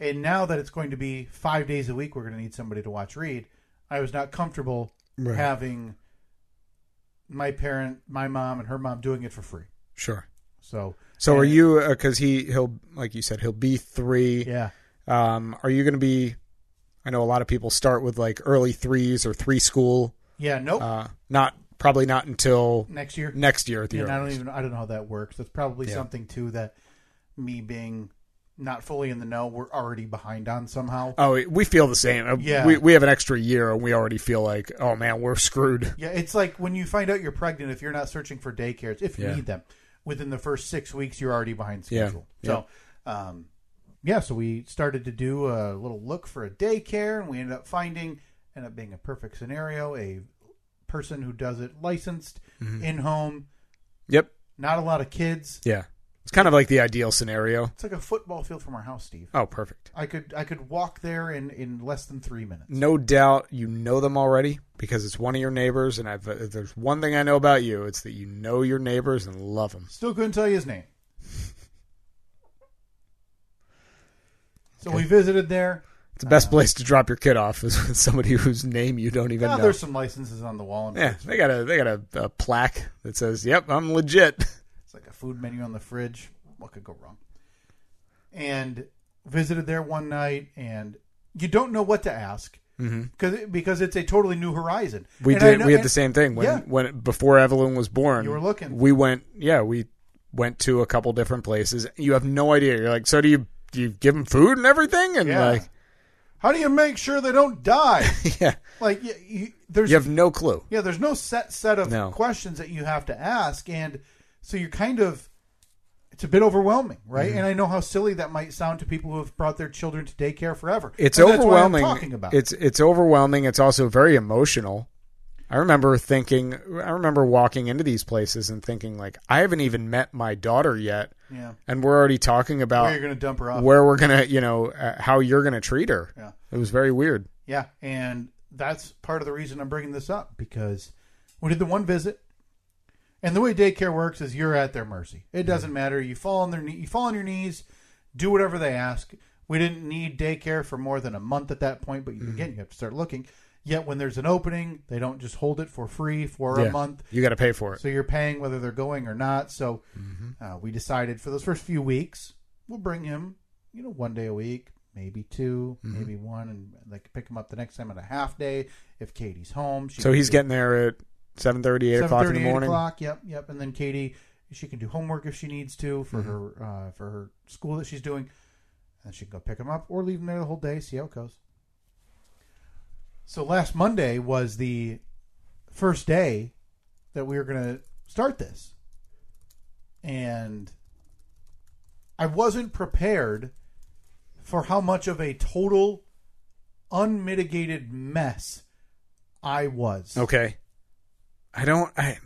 Speaker 2: And now that it's going to be five days a week, we're going to need somebody to watch read. I was not comfortable
Speaker 4: Right.
Speaker 2: having my parent, my mom, and her mom doing it for free.
Speaker 4: Sure.
Speaker 2: So,
Speaker 4: So are
Speaker 2: and-
Speaker 4: you, because he, he'll, like you said, he'll be three.
Speaker 2: Yeah.
Speaker 4: Um, are you going to be? I know a lot of people start with like early threes or three school.
Speaker 2: Yeah. Nope.
Speaker 4: Uh, not probably not until
Speaker 2: Next year.
Speaker 4: next year at the
Speaker 2: and I don't
Speaker 4: earliest.
Speaker 2: even I don't know how that works. That's probably
Speaker 4: Yeah.
Speaker 2: something too that me being not fully in the know, we're already behind on somehow.
Speaker 4: Oh, we- we feel the same. Uh,
Speaker 2: Yeah.
Speaker 4: we we have an extra year and we already feel like, oh man, we're [LAUGHS] screwed.
Speaker 2: yeah, it's like when you find out you're pregnant, if you're not searching for daycares, if you
Speaker 4: Yeah.
Speaker 2: need them, within the first six weeks, you're already behind
Speaker 4: Yeah.
Speaker 2: schedule. So, um, yeah, so we started to do a little look for a daycare, and we ended up finding, ended up being a perfect scenario, a person who does it licensed,
Speaker 4: Mm-hmm.
Speaker 2: in home,
Speaker 4: Yep.
Speaker 2: not a lot of kids.
Speaker 4: Yeah. It's kind of like the ideal scenario.
Speaker 2: It's like a football field from our house, Steve.
Speaker 4: Oh, perfect.
Speaker 2: I could I could walk there in in less than three minutes.
Speaker 4: No doubt you know them already because it's one of your neighbors. And I've, if there's one thing I know about you, it's that you know your neighbors and love them.
Speaker 2: Still couldn't tell you his
Speaker 4: [LAUGHS]
Speaker 2: name. So we visited there.
Speaker 4: It's the
Speaker 2: Uh-huh.
Speaker 4: best place to drop your kid off is with somebody whose name you don't even
Speaker 2: Now
Speaker 4: know.
Speaker 2: there's some licenses on the wall. And
Speaker 4: Yeah, they got a they got a, a plaque that says, "Yep, I'm legit."
Speaker 2: It's like a food menu on the fridge. What could go wrong? And visited there one night, and you don't know what to ask because because it's a totally new horizon.
Speaker 4: Mm-hmm. We
Speaker 2: And I
Speaker 4: did.
Speaker 2: know-
Speaker 4: we had
Speaker 2: and-
Speaker 4: the same thing when
Speaker 2: Yeah.
Speaker 4: when before Evelyn was born.
Speaker 2: You were looking.
Speaker 4: We went. Yeah, we went to a couple different places. You have no idea. You're like, so do you? Do you give them food and everything? And
Speaker 2: Yeah.
Speaker 4: like, [LAUGHS]
Speaker 2: How do you make sure they don't die?
Speaker 4: yeah,
Speaker 2: like you, you, there's
Speaker 4: you have no clue.
Speaker 2: Yeah, there's no set set of
Speaker 4: No.
Speaker 2: questions that you have to ask, and so you're kind of it's a bit overwhelming, right?
Speaker 4: Mm-hmm.
Speaker 2: And I know how silly that might sound to people who have brought their children to daycare forever.
Speaker 4: It's
Speaker 2: And that's why I'm
Speaker 4: overwhelming.
Speaker 2: talking about
Speaker 4: It's it's overwhelming. It's also very emotional. I remember thinking. I remember walking into these places and thinking, like, I haven't even met my daughter yet,
Speaker 2: yeah.
Speaker 4: and we're already talking about
Speaker 2: Where you're going to dump her off?
Speaker 4: where we're gonna, you know, uh, how you're gonna treat her.
Speaker 2: Yeah.
Speaker 4: It was very weird.
Speaker 2: Yeah, and that's part of the reason I'm bringing this up because we did the one visit, and the way daycare works is you're at their mercy. It doesn't matter. You fall on their knee, you fall on your knees, do whatever they ask. We didn't need daycare for more than a month at that point, but you- again, you have to start looking. Yet when there's an opening, they don't just hold it for free for
Speaker 4: Yeah.
Speaker 2: a month.
Speaker 4: You got to pay for it. Mm-hmm.
Speaker 2: So you're paying whether they're going or not. So uh, we decided for those first few weeks, we'll bring him, you know, one day a week, maybe 2
Speaker 4: Mm-hmm.
Speaker 2: maybe one, and they can pick him up the next time at a half day if Katie's home. She
Speaker 4: So
Speaker 2: can
Speaker 4: he's
Speaker 2: do
Speaker 4: getting there at 7.30, 8 o'clock in
Speaker 2: 7:30,
Speaker 4: the
Speaker 2: 8
Speaker 4: morning.
Speaker 2: O'clock. Yep, yep. And then Katie, she can do homework if she needs to for
Speaker 4: Mm-hmm.
Speaker 2: her uh, for her school that she's doing, and she can go pick him up or leave him there the whole day. See how it goes. So last Monday was the first day that we were going to start this, and I wasn't prepared for how much of a total unmitigated mess I was.
Speaker 4: Okay. I don't. I.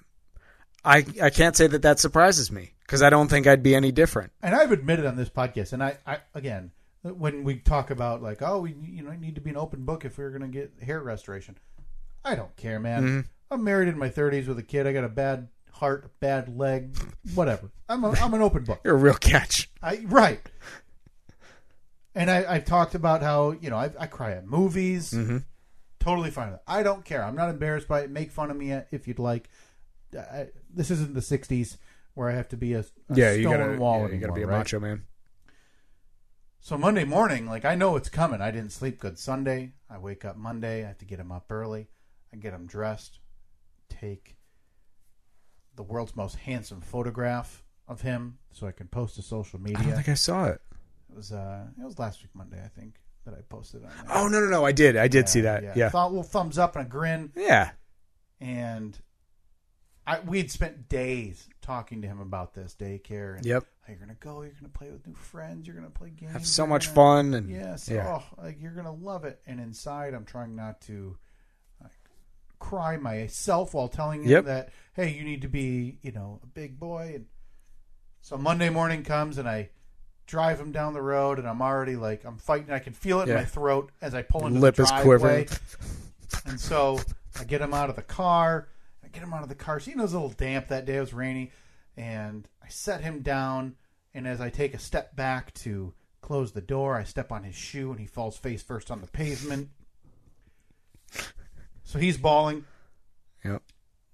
Speaker 4: I, I can't say that that surprises me because I don't think I'd be any different.
Speaker 2: and I've admitted on this podcast, and I, I again, when we talk about like, oh, we you know need to be an open book if we're gonna get hair restoration, I don't care, man.
Speaker 4: Mm-hmm.
Speaker 2: I'm married in my 30s with a kid. I got a bad heart, a bad leg, whatever. I'm a, I'm an open book.
Speaker 4: You're a real catch.
Speaker 2: I right. And I, I've talked about how you know I, I cry at movies.
Speaker 4: Mm-hmm.
Speaker 2: Totally fine with it. I don't care. I'm not embarrassed by it. Make fun of me if you'd like. I, this isn't the '60s where I have to be a, a
Speaker 4: yeah,
Speaker 2: stone
Speaker 4: you gotta.
Speaker 2: wall
Speaker 4: yeah, you gotta
Speaker 2: anymore,
Speaker 4: be a
Speaker 2: right?
Speaker 4: macho man.
Speaker 2: So Monday morning, like I know it's coming. I didn't sleep good Sunday. I wake up Monday. I have to get him up early. I get him dressed. Take the world's most handsome photograph of him so I can post to social
Speaker 4: I don't
Speaker 2: media.
Speaker 4: think I saw it.
Speaker 2: It was uh, it was last week Monday, I think, that I posted on. There.
Speaker 4: Oh no no no! I did. I did see that. Yeah. Yeah.
Speaker 2: Thought little thumbs up and a grin, and I we'd spent days talking to him about this daycare. And
Speaker 4: Yep.
Speaker 2: How you're gonna go? You're gonna play with new friends. You're gonna play games.
Speaker 4: Have so
Speaker 2: you're
Speaker 4: much
Speaker 2: gonna-
Speaker 4: fun and
Speaker 2: yeah, so
Speaker 4: yeah.
Speaker 2: Oh, like you're gonna love it. And inside, I'm trying not to like, cry myself while telling him
Speaker 4: Yep.
Speaker 2: that hey, you need to be you know a big boy. And so Monday morning comes, and I drive him down the road, and I'm already like I'm fighting. I can feel it in
Speaker 4: Yeah.
Speaker 2: my throat as I pull into
Speaker 4: Lip
Speaker 2: the
Speaker 4: is quivering.
Speaker 2: driveway.
Speaker 4: [LAUGHS]
Speaker 2: and so I get him out of the car. I get him out of the car. So, you know, it was a little damp that day. It was rainy, and I set him down. And as I take a step back to close the door, I step on his shoe, and he falls face first on the pavement. So he's bawling.
Speaker 4: Yep.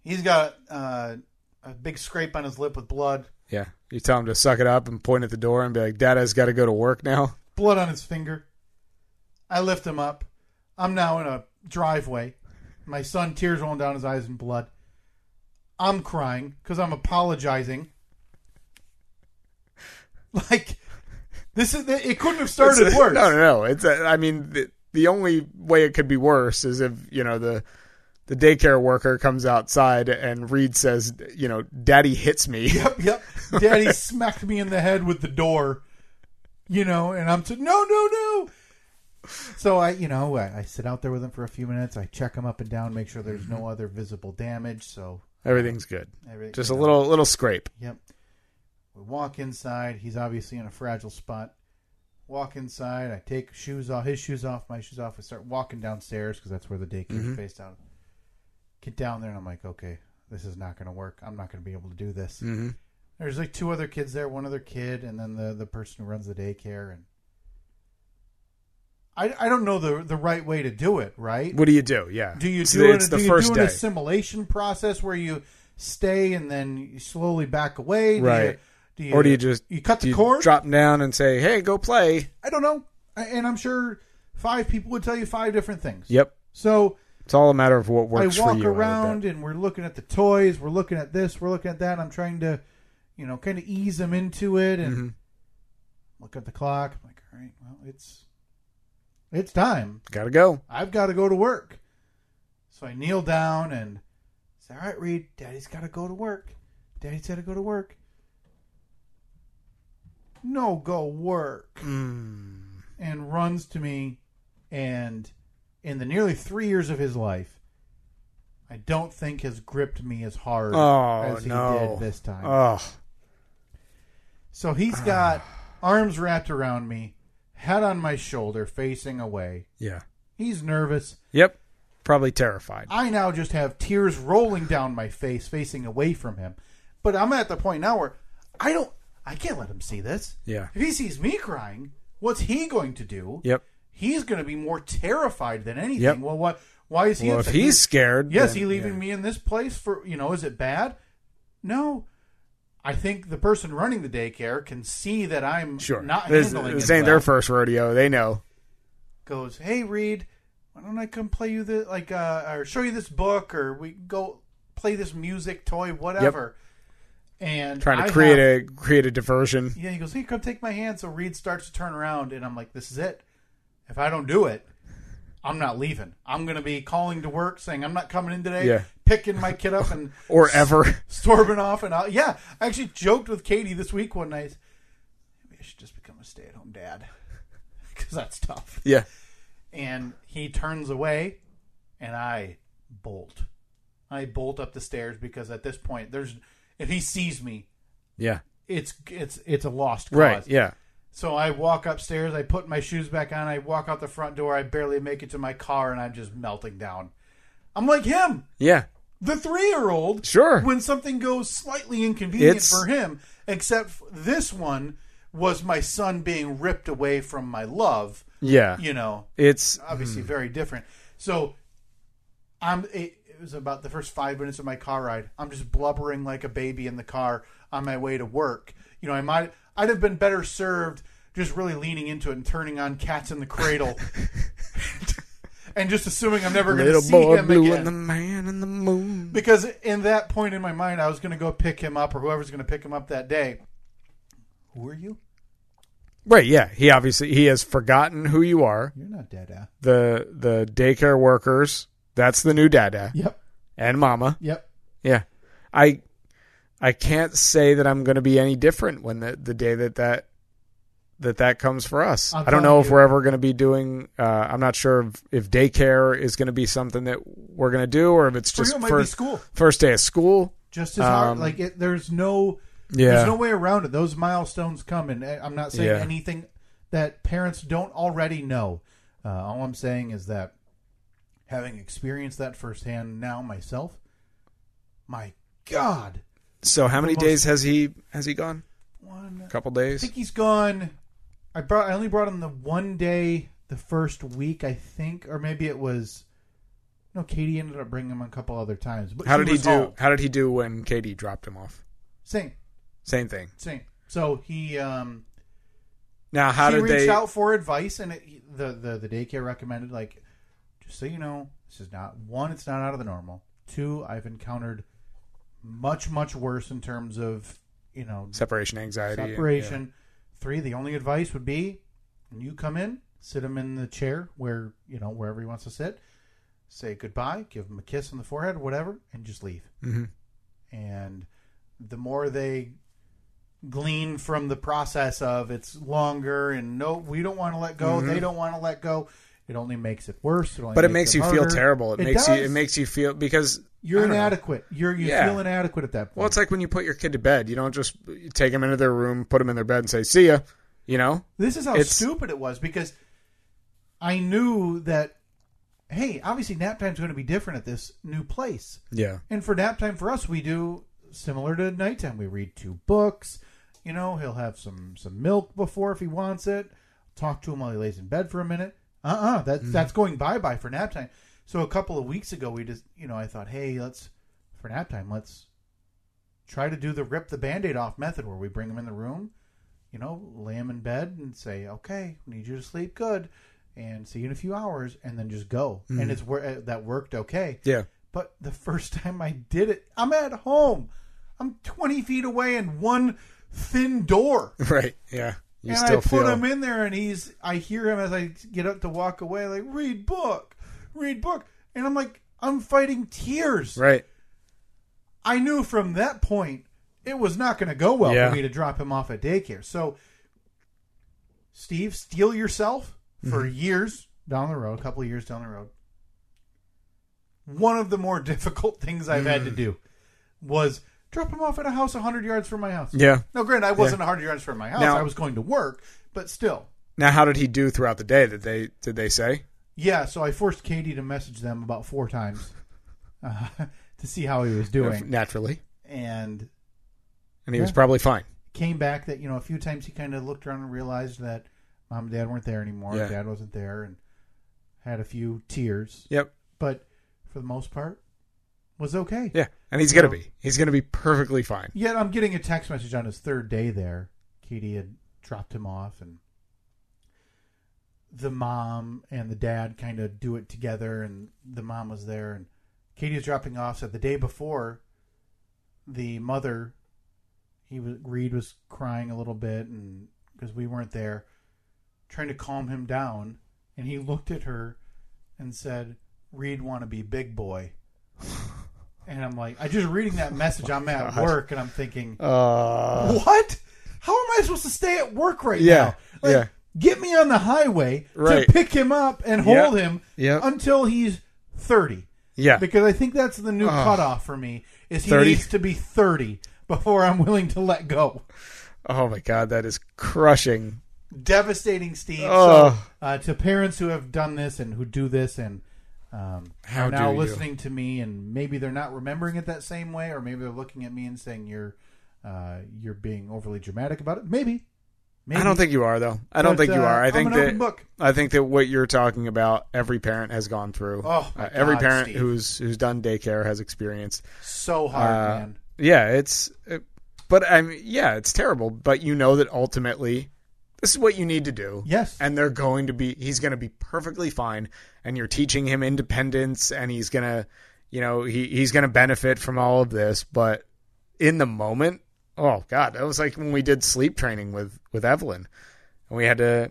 Speaker 2: He's got uh, a big scrape on his lip with blood,
Speaker 4: Yeah. You tell him to suck it up and point at the door and be like, "Dada's got to go to work now."
Speaker 2: [LAUGHS] blood on his finger. I lift him up. I'm now in a driveway. My son, tears rolling down his eyes and blood. I'm crying because I'm apologizing. [LAUGHS] Like this is it couldn't have started
Speaker 4: It's-
Speaker 2: worse.
Speaker 4: No, no, no. It's a, I mean, the, the only way it could be worse is if you know the the daycare worker comes outside and Reed says, you know, Daddy hits me. [LAUGHS]
Speaker 2: Yep, yep. Daddy [LAUGHS] smacked me in the head with the door. You know, and I'm just no, no, no. So I, you know, I, I sit out there with him for a few minutes. I check him up and down, make sure there's no other visible damage. So
Speaker 4: Everything's good.
Speaker 2: everything
Speaker 4: Just a
Speaker 2: you know.
Speaker 4: little little scrape.
Speaker 2: Yep. We walk inside. He's obviously in a fragile spot. Walk inside. I take shoes off, his shoes off, my shoes off. We start walking downstairs because that's where the daycare is based out of. Get down there, and I'm like, okay, this is not going to work. I'm not going to be able to do this.
Speaker 4: Mhm.
Speaker 2: There's like two other kids there, one other kid, and then the, the person who runs the daycare. And I, I don't know the the right way to do it, right?
Speaker 4: What do you do? Yeah.
Speaker 2: Do you
Speaker 4: It's
Speaker 2: do
Speaker 4: the-
Speaker 2: it?
Speaker 4: It's
Speaker 2: do
Speaker 4: the
Speaker 2: you
Speaker 4: first
Speaker 2: do
Speaker 4: day.
Speaker 2: an assimilation process where you stay and then you slowly back away? Do
Speaker 4: Right.
Speaker 2: You, do you,
Speaker 4: or do you just
Speaker 2: you cut
Speaker 4: do
Speaker 2: the cord?
Speaker 4: drop them down and say, "Hey, go play."
Speaker 2: I don't know. I- And I'm sure five people would tell you five different things.
Speaker 4: Yep.
Speaker 2: So
Speaker 4: It's all a matter of what works
Speaker 2: I walk
Speaker 4: for you. would
Speaker 2: around
Speaker 4: bet.
Speaker 2: and we're looking at the toys, we're looking at this, we're looking at that. I'm trying to, you know, kind of ease them into it and
Speaker 4: Mhm.
Speaker 2: look at the clock. I'm like, all right, well, it's it's time.
Speaker 4: Gotta go.
Speaker 2: I've got to go to work. So I kneel down and say, All right, Reed, daddy's got to go to work. Daddy's got to go to work. No, go work.
Speaker 4: Mm.
Speaker 2: And runs to me. And in the nearly three years of his life, I don't think has gripped me as hard
Speaker 4: Oh
Speaker 2: as he
Speaker 4: no!
Speaker 2: did this time.
Speaker 4: Oh,
Speaker 2: So
Speaker 4: [SIGHS]
Speaker 2: he's got arms wrapped around me, head on my shoulder, facing away.
Speaker 4: yeah.
Speaker 2: He's nervous.
Speaker 4: Yep. Probably terrified.
Speaker 2: I now just have tears rolling down my face, facing away from him. But I'm at the point now where I don't, I can't let him see this.
Speaker 4: Yeah.
Speaker 2: If he sees me crying, what's he going to do?
Speaker 4: Yep.
Speaker 2: He's going to be more terrified than anything.
Speaker 4: Yep.
Speaker 2: Well, what? Why is he?
Speaker 4: Well, if
Speaker 2: upset?
Speaker 4: he's scared,
Speaker 2: yes,
Speaker 4: then-
Speaker 2: he leaving
Speaker 4: yeah.
Speaker 2: me in this place for you know? Is it bad? No. I think the person running the daycare can see that I'm
Speaker 4: Sure.
Speaker 2: not
Speaker 4: this,
Speaker 2: handling
Speaker 4: this
Speaker 2: it
Speaker 4: ain't their
Speaker 2: well
Speaker 4: first rodeo. They know.
Speaker 2: goes, "Hey Reed, why don't I come play you this like uh, or show you this book or we go play this music toy whatever." And
Speaker 4: Trying to
Speaker 2: I
Speaker 4: create
Speaker 2: have-
Speaker 4: a create a diversion.
Speaker 2: yeah, he goes, "Hey, come take my hand." So Reed starts to turn around, and I'm like, "This is it. If I don't do it, I'm not leaving. I'm gonna be calling to work, saying I'm not coming in today,
Speaker 4: Yeah.
Speaker 2: picking my kid up, and
Speaker 4: [LAUGHS] Or ever.
Speaker 2: storming off." And I'll, yeah, I actually joked with Katie this week one night. Maybe I should just become a stay-at-home dad because that's tough
Speaker 4: Yeah.
Speaker 2: and he turns away, and I bolt. I bolt up the stairs because at this point, there's if he sees me,
Speaker 4: Yeah.
Speaker 2: it's it's it's a lost cause.
Speaker 4: Right. Yeah.
Speaker 2: So I walk upstairs, I put my shoes back on, I walk out the front door, I barely make it to my car, and I'm just melting down. I'm like him,
Speaker 4: Yeah.
Speaker 2: the three year old.
Speaker 4: Sure.
Speaker 2: When something goes slightly inconvenient
Speaker 4: It's-
Speaker 2: for him, except f- this one was my son being ripped away from my love,
Speaker 4: Yeah.
Speaker 2: you know,
Speaker 4: It's
Speaker 2: obviously very different. So I'm it, it was about the first 5 minutes of my car ride. I'm just blubbering like a baby in the car on my way to work. You know, I might I'd have been better served just really leaning into it and turning on Cats in the
Speaker 4: [LAUGHS]
Speaker 2: Cradle. and just assuming I'm never going to
Speaker 4: little
Speaker 2: see
Speaker 4: boy
Speaker 2: him
Speaker 4: blue
Speaker 2: again.
Speaker 4: and the man in the moon.
Speaker 2: because in that point in my mind I was going to go pick him up or whoever's going to pick him up that day. Who are you?
Speaker 4: Right. Yeah. He obviously he has forgotten who you are.
Speaker 2: You're not ah. Dada.
Speaker 4: The the daycare workers. That's the new dada
Speaker 2: Yep.
Speaker 4: and mama.
Speaker 2: Yep.
Speaker 4: Yeah. I I can't say that I'm going to be any different when the the day that that that that comes for us.
Speaker 2: I'm
Speaker 4: I don't
Speaker 2: telling
Speaker 4: know if
Speaker 2: you.
Speaker 4: we're ever going to be doing uh I'm not sure if, if daycare is going to be something that we're going to do or if it's
Speaker 2: For you,
Speaker 4: just
Speaker 2: it might be
Speaker 4: first
Speaker 2: school.
Speaker 4: first day of school.
Speaker 2: Just as hard.
Speaker 4: Um,
Speaker 2: Like it, there's no
Speaker 4: Yeah.
Speaker 2: There's no way around it. Those milestones come, and I- I'm not saying
Speaker 4: Yeah.
Speaker 2: anything that parents don't already know. Uh, all I'm saying is that having experienced that firsthand now myself, my God,
Speaker 4: so how many
Speaker 2: most-
Speaker 4: days has he has he gone?
Speaker 2: one.
Speaker 4: A couple
Speaker 2: I
Speaker 4: days.
Speaker 2: think he's gone. I brought. I only brought him the one day the first week, I think, or maybe it was. No, Katie ended up bringing him a couple other times. But
Speaker 4: How did he
Speaker 2: was
Speaker 4: do?
Speaker 2: home.
Speaker 4: How did he do when Katie dropped him off?
Speaker 2: Same,
Speaker 4: Same thing.
Speaker 2: same. So he um
Speaker 4: Now, how
Speaker 2: she
Speaker 4: did
Speaker 2: reached
Speaker 4: they?
Speaker 2: out for advice, and it, the, the the daycare recommended like, just so you know, this is not one. It's not out of the normal. Two, I've encountered much much worse in terms of you know
Speaker 4: separation anxiety. and-
Speaker 2: separation. Three, the only advice would be when you come in, sit him in the chair where you know wherever he wants to sit. Say goodbye, give him a kiss on the forehead, whatever, and just leave
Speaker 4: yeah. Mhm.
Speaker 2: and the more they glean from the process of it's longer and no we don't want to let go they don't want to let go it only makes it worse only
Speaker 4: Mm-hmm. But it makes you feel
Speaker 2: harder.
Speaker 4: terrible. It, makes you.
Speaker 2: does.
Speaker 4: It makes you feel because I
Speaker 2: you're
Speaker 4: don't know.
Speaker 2: inadequate you're you
Speaker 4: Yeah.
Speaker 2: feel inadequate at that point
Speaker 4: Well, it's like when you put your kid to bed. You don't just take them into their room, put them in their bed, and say, "See ya." You know.
Speaker 2: This is how
Speaker 4: It's-
Speaker 2: stupid it was because I knew that, hey, obviously nap time's going to be different at this new place.
Speaker 4: Yeah.
Speaker 2: And for nap time for us, we do similar to nighttime. We read two books. You know, he'll have some some milk before if he wants it. Talk to him while he lays in bed for a minute. Uh uh That's that's going bye bye for nap time. So a couple of weeks ago, we just you know I thought, hey, let's for nap time, let's try to do the rip the band-aid off method where we bring him in the room you know, lay him in bed and say, "Okay, we need you to sleep good, and see you in a few hours," and then just go. And it's where uh, that worked okay.
Speaker 4: Yeah. [LAUGHS]
Speaker 2: But the first time I did it, I'm at home. I'm 20 feet away in one thin door,
Speaker 4: Right. Yeah. You
Speaker 2: and
Speaker 4: still
Speaker 2: I
Speaker 4: feel.
Speaker 2: put him in there, and he's. I hear him as I get up to walk away, like read book, read book, and I'm like, I'm fighting tears.
Speaker 4: Right.
Speaker 2: I knew from that point it was not going to go well
Speaker 4: Yeah.
Speaker 2: for me to drop him off at daycare. So, Steve, steal yourself for
Speaker 4: Mm-hmm.
Speaker 2: years down the road, a couple of years down the road. One of the more [LAUGHS] difficult things I've had to
Speaker 4: Mm.
Speaker 2: do was drop him off at a house 100 yards from my house.
Speaker 4: Yeah.
Speaker 2: Now, granted, I wasn't 100 yards from my house.
Speaker 4: Now-
Speaker 2: I was going to work, but still.
Speaker 4: Now, how did he do throughout the day? Did they? Did they say?
Speaker 2: Yeah, so I forced Katie to message them about four times [LAUGHS] uh, to see how he was doing.
Speaker 4: Naturally.
Speaker 2: And
Speaker 4: And he was
Speaker 2: Yeah.
Speaker 4: probably fine.
Speaker 2: came back that you know a few times he kind of looked around and realized that mom and dad weren't there anymore
Speaker 4: Yeah.
Speaker 2: dad wasn't there and had a few tears
Speaker 4: Yep.
Speaker 2: but for the most part was okay
Speaker 4: Yeah. And he's gonna be. He's gonna be perfectly fine.
Speaker 2: yet i'm getting a text message on his third day there katie had dropped him off and the mom and the dad kind of do it together and the mom was there and katie was dropping off said the day before the mother he was Reed was crying a little bit and because we weren't there trying to calm him down and he looked at her and said Reed want to be big boy and I'm like I just reading that message I'm at
Speaker 4: God.
Speaker 2: work and I'm thinking
Speaker 4: Uh.
Speaker 2: what how am I supposed to stay at work right
Speaker 4: Yeah,
Speaker 2: now Like,
Speaker 4: yeah.
Speaker 2: get me on the highway
Speaker 4: Right.
Speaker 2: to pick him up and hold
Speaker 4: Yep.
Speaker 2: him
Speaker 6: Yep.
Speaker 2: until he's 30.
Speaker 4: Yeah.
Speaker 2: Because I think that's the new
Speaker 6: Ah.
Speaker 2: cutoff for me is he
Speaker 4: 30?
Speaker 2: needs to be 30 before I'm willing to let go.
Speaker 4: Oh my god, that is crushing.
Speaker 2: Devastating, Steve.
Speaker 4: Ugh.
Speaker 2: So, uh, to parents who have done this and who do this and um,
Speaker 6: How
Speaker 2: are now
Speaker 6: dare you.
Speaker 2: listening to me, and maybe they're not remembering it that same way, or maybe they're looking at me and saying you're uh, you're being overly dramatic about it. Maybe. maybe.
Speaker 4: I don't think you are though. I don't
Speaker 2: But,
Speaker 4: think you
Speaker 2: uh,
Speaker 4: are. I
Speaker 2: I'm
Speaker 4: think
Speaker 2: an
Speaker 4: that
Speaker 2: open book.
Speaker 4: I think that what you're talking about, every parent has gone through.
Speaker 2: Oh, my
Speaker 4: Uh, every
Speaker 2: God,
Speaker 4: parent
Speaker 2: Steve.
Speaker 4: who's who's done daycare has experienced.
Speaker 2: so hard,
Speaker 4: Uh,
Speaker 2: man.
Speaker 4: Yeah, it's. It, but I mean, yeah, it's terrible. But you know that ultimately, this is what you need to do.
Speaker 2: Yes.
Speaker 4: and they're going to be. He's going to be perfectly fine, and you're teaching him independence, and he's gonna, you know, he he's gonna benefit from all of this. But in the moment, oh god, that was like when we did sleep training with with Evelyn, and we had to,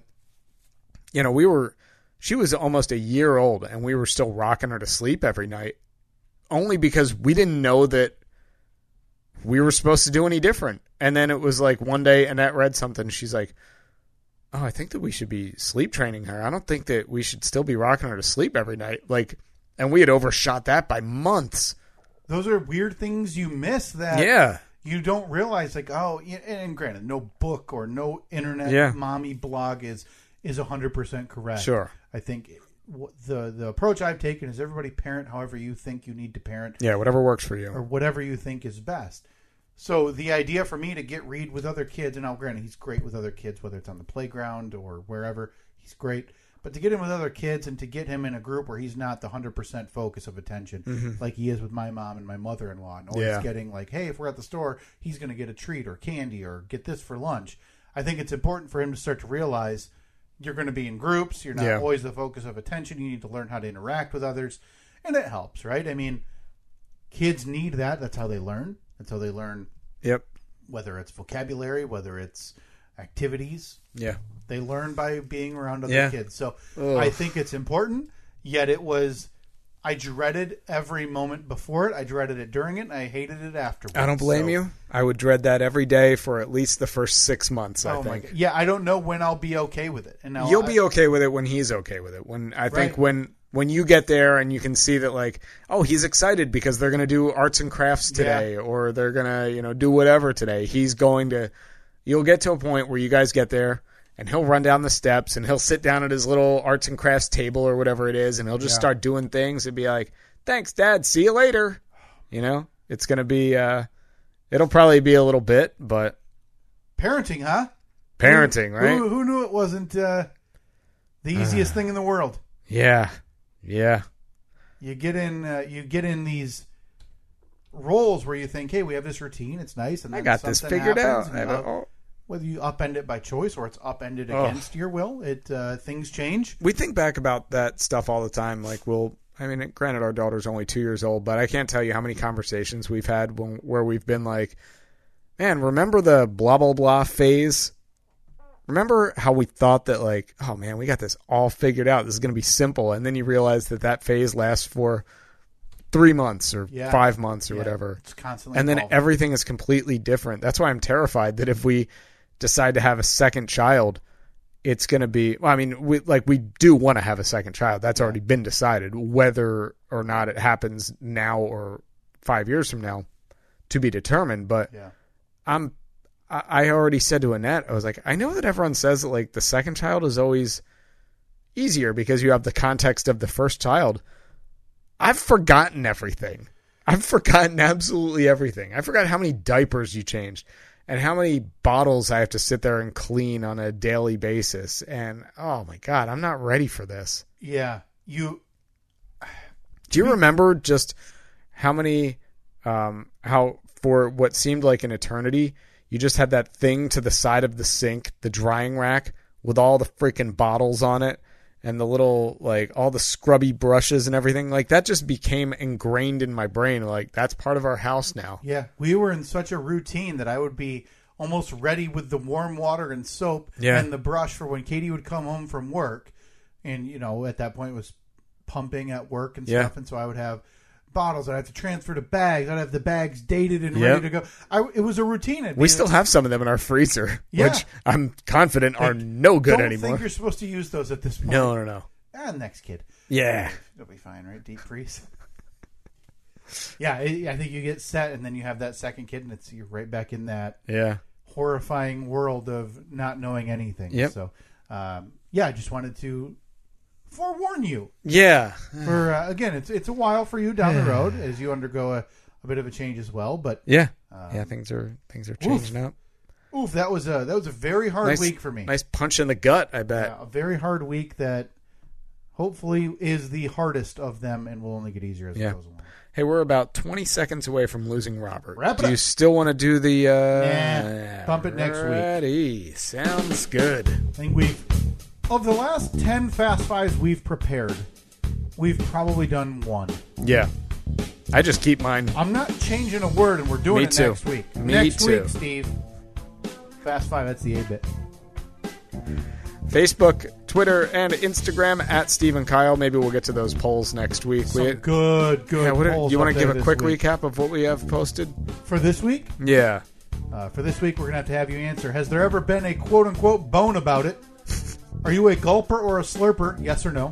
Speaker 4: you know, we were. She was almost a year old, and we were still rocking her to sleep every night, only because we didn't know that we were supposed to do any different. And then it was like one day Annette read something. She's like, Oh, I think that we should be sleep training her. I don't think that we should still be rocking her to sleep every night. Like, and we had overshot that by months.
Speaker 2: Those are weird things you miss that
Speaker 4: yeah.
Speaker 2: you don't realize. Like, oh, y- and granted, no book or no internet
Speaker 4: Yeah.
Speaker 2: mommy blog is is hundred percent correct.
Speaker 4: Sure.
Speaker 2: I think w- the the approach I've taken is everybody parent however you think you need to parent
Speaker 4: Yeah. Whatever works for
Speaker 2: or
Speaker 4: you.
Speaker 2: whatever you think is best. So the idea for me to get Reed with other kids, and now granted he's great with other kids, whether it's on the playground or wherever, he's great. But to get him with other kids and to get him in a group where he's not the hundred percent focus of attention, like he is with my mom and my mother in law, and always
Speaker 4: Mm-hmm. Yeah.
Speaker 2: getting like, hey, if we're at the store, he's going to get a treat or candy or get this for lunch. I think it's important for him to start to realize you're going to be in groups. You're not
Speaker 4: Yeah.
Speaker 2: always the focus of attention. You need to learn how to interact with others, and it helps, right? I mean, kids need that. That's how they learn. That's how they learn
Speaker 4: Yep.
Speaker 2: whether it's vocabulary, whether it's activities.
Speaker 4: Yeah.
Speaker 2: They learn by being around other
Speaker 4: Yeah.
Speaker 2: kids. So
Speaker 4: Ugh.
Speaker 2: I think it's important. Yet it was, I dreaded every moment before it. I dreaded it during it, and I hated it afterwards.
Speaker 4: I don't blame
Speaker 2: So-
Speaker 4: you. I would dread that every day for at least the first six months. I
Speaker 2: Oh my
Speaker 4: think
Speaker 2: God. Yeah, I don't know when I'll be okay with it. And now
Speaker 4: you'll
Speaker 2: Oh, I-
Speaker 4: be okay with it when he's okay with it. When I
Speaker 2: Right.
Speaker 4: think when when you get there and you can see that like oh he's excited because they're gonna do arts and crafts today or they're gonna you know do whatever today. He's going to. You'll get to a point where you guys get there and he'll run down the steps and he'll sit down at his little arts and crafts table or whatever it is and he'll just start doing things and be like thanks dad see you later. You know it's gonna be uh it'll probably be a little bit but
Speaker 2: parenting, huh?
Speaker 4: parenting right Uh.
Speaker 2: Who, who knew it wasn't uh, the easiest thing in the world?
Speaker 4: yeah yeah
Speaker 2: you get in uh, you get in these roles where you think, hey, we have this routine, it's nice, and then
Speaker 4: I got this
Speaker 2: something
Speaker 4: figured
Speaker 2: happens,
Speaker 4: out.
Speaker 2: and,
Speaker 4: I
Speaker 2: uh,
Speaker 4: don't- oh.
Speaker 2: whether you upend it by choice or it's upended
Speaker 4: Ugh.
Speaker 2: against your will, it uh, things change.
Speaker 4: we think back about that stuff all the time. Like, we'll, I mean, granted, our daughter's only two years old, but I can't tell you how many conversations we've had when, where we've been like, man, remember the blah, blah, blah phase? Remember how we thought that, like, oh man, we got this all figured out. This is going to be simple. And then you realize that that phase lasts for three months or
Speaker 2: Yeah.
Speaker 4: five months or
Speaker 2: Yeah,
Speaker 4: whatever.
Speaker 2: It's constantly
Speaker 4: And then
Speaker 2: evolving.
Speaker 4: everything is completely different. That's why I'm terrified that if we decide to have a second child, it's going to be. Well, I mean, we like we do want to have a second child. That's already been decided, whether or not it happens now or five years from now, to be determined. But
Speaker 2: Yeah.
Speaker 4: I'm. I I already said to Annette, I was like, I know that everyone says that like the second child is always easier because you have the context of the first child. I've forgotten everything. I've forgotten absolutely everything. I forgot how many diapers you changed and how many bottles I have to sit there and clean on a daily basis. And oh my God, I'm not ready for this.
Speaker 2: yeah, you
Speaker 4: Do
Speaker 2: Mm-hmm.
Speaker 4: you remember just how many, um, how for what seemed like an eternity, you just had that thing to the side of the sink, the drying rack with all the freaking bottles on it and the little, like, all the scrubby brushes and everything? Like, that just became ingrained in my brain. Like, that's part of our house now.
Speaker 2: yeah, we were in such a routine that I would be almost ready with the warm water and soap
Speaker 4: Yeah.
Speaker 2: and the brush for when Katie would come home from work, and you know at that point was pumping at work and
Speaker 4: Yeah.
Speaker 2: stuff, and so I would have bottles. I'd have to transfer to bags. I'd have the bags dated and
Speaker 4: Yep.
Speaker 2: ready to go. I, it was a routine. I'd
Speaker 4: We
Speaker 2: be-
Speaker 4: still have some of them in our freezer,
Speaker 2: Yeah.
Speaker 4: which I'm confident are no good
Speaker 2: Don't
Speaker 4: anymore.
Speaker 2: think you're supposed to use those at this point.
Speaker 4: No, no, no.
Speaker 2: Ah, next kid.
Speaker 4: Yeah.
Speaker 2: It'll be fine, right? Deep freeze. [LAUGHS] yeah, I I think you get set, and then you have that second kid, and it's you're right back in that
Speaker 4: Yeah.
Speaker 2: horrifying world of not knowing anything.
Speaker 4: Yep.
Speaker 2: So, um, yeah, I just wanted to forewarn you.
Speaker 4: Yeah.
Speaker 2: For uh, again, it's it's a while for you down
Speaker 4: Mm.
Speaker 2: the road as you undergo a, a bit of a change as well. But
Speaker 4: Yeah.
Speaker 2: Uh,
Speaker 4: yeah, things are things are changing up.
Speaker 2: oof, that was a that was a very hard
Speaker 4: Nice
Speaker 2: week for me.
Speaker 4: Nice punch in the gut, I bet.
Speaker 2: Yeah, a very hard week that hopefully is the hardest of them, and will only get easier as
Speaker 4: Yeah.
Speaker 2: it goes along.
Speaker 4: Hey, we're about 20 seconds away from losing Robert.
Speaker 2: Wrap it
Speaker 4: do you
Speaker 2: up.
Speaker 4: still want to do the. Uh,
Speaker 2: Nah. Bump it next week.
Speaker 4: Ready. Sounds good.
Speaker 2: I think we've of the last ten fast fives we've prepared, we've probably done one.
Speaker 4: Yeah. I just keep mine.
Speaker 2: I'm not changing a word, and we're doing
Speaker 4: Me
Speaker 2: it
Speaker 4: too.
Speaker 2: next week.
Speaker 4: Me
Speaker 2: next
Speaker 4: too.
Speaker 2: week, Steve. Fast five. That's the A bit.
Speaker 4: Facebook, Twitter, and Instagram at Steve and Kyle. Maybe we'll get to those polls next week.
Speaker 2: Some
Speaker 4: we,
Speaker 2: good, good.
Speaker 4: yeah, what-
Speaker 2: polls
Speaker 4: you want
Speaker 2: up
Speaker 4: to
Speaker 2: there
Speaker 4: give a
Speaker 2: this
Speaker 4: quick
Speaker 2: week.
Speaker 4: recap of what we have posted?
Speaker 2: for this week?
Speaker 4: Yeah.
Speaker 2: Uh, for this week, we're gonna have to have you answer. Has there ever been a quote unquote bone about it? Are you a gulper or a slurper? Yes or no?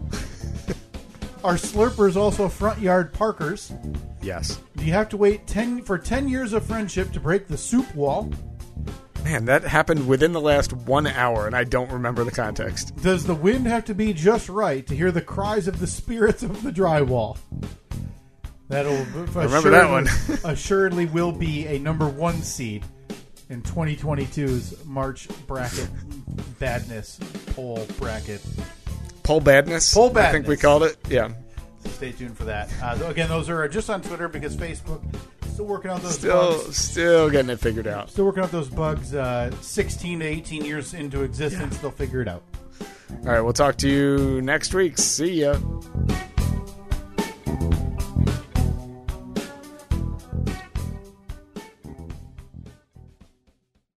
Speaker 2: [LAUGHS] Are slurpers also front yard parkers?
Speaker 4: Yes.
Speaker 2: Do you have to wait ten for ten years of friendship to break the soup wall?
Speaker 4: Man, that happened within the last one hour, and I don't remember the context.
Speaker 2: Does the wind have to be just right to hear the cries of the spirits of the drywall? That'll
Speaker 4: remember that one.
Speaker 2: assuredly will be a number one seed in 2022's March bracket badness poll bracket.
Speaker 4: Poll badness?
Speaker 2: Poll
Speaker 4: I think
Speaker 2: badness.
Speaker 4: we called it. Yeah.
Speaker 2: So stay tuned for that. Uh, so again, those are just on Twitter because Facebook still working out those
Speaker 4: Still,
Speaker 2: bugs.
Speaker 4: still getting it figured out.
Speaker 2: Still working out those bugs. Uh, 16 to 18 years into existence, they'll figure it out.
Speaker 4: All right, we'll talk to you next week. See ya.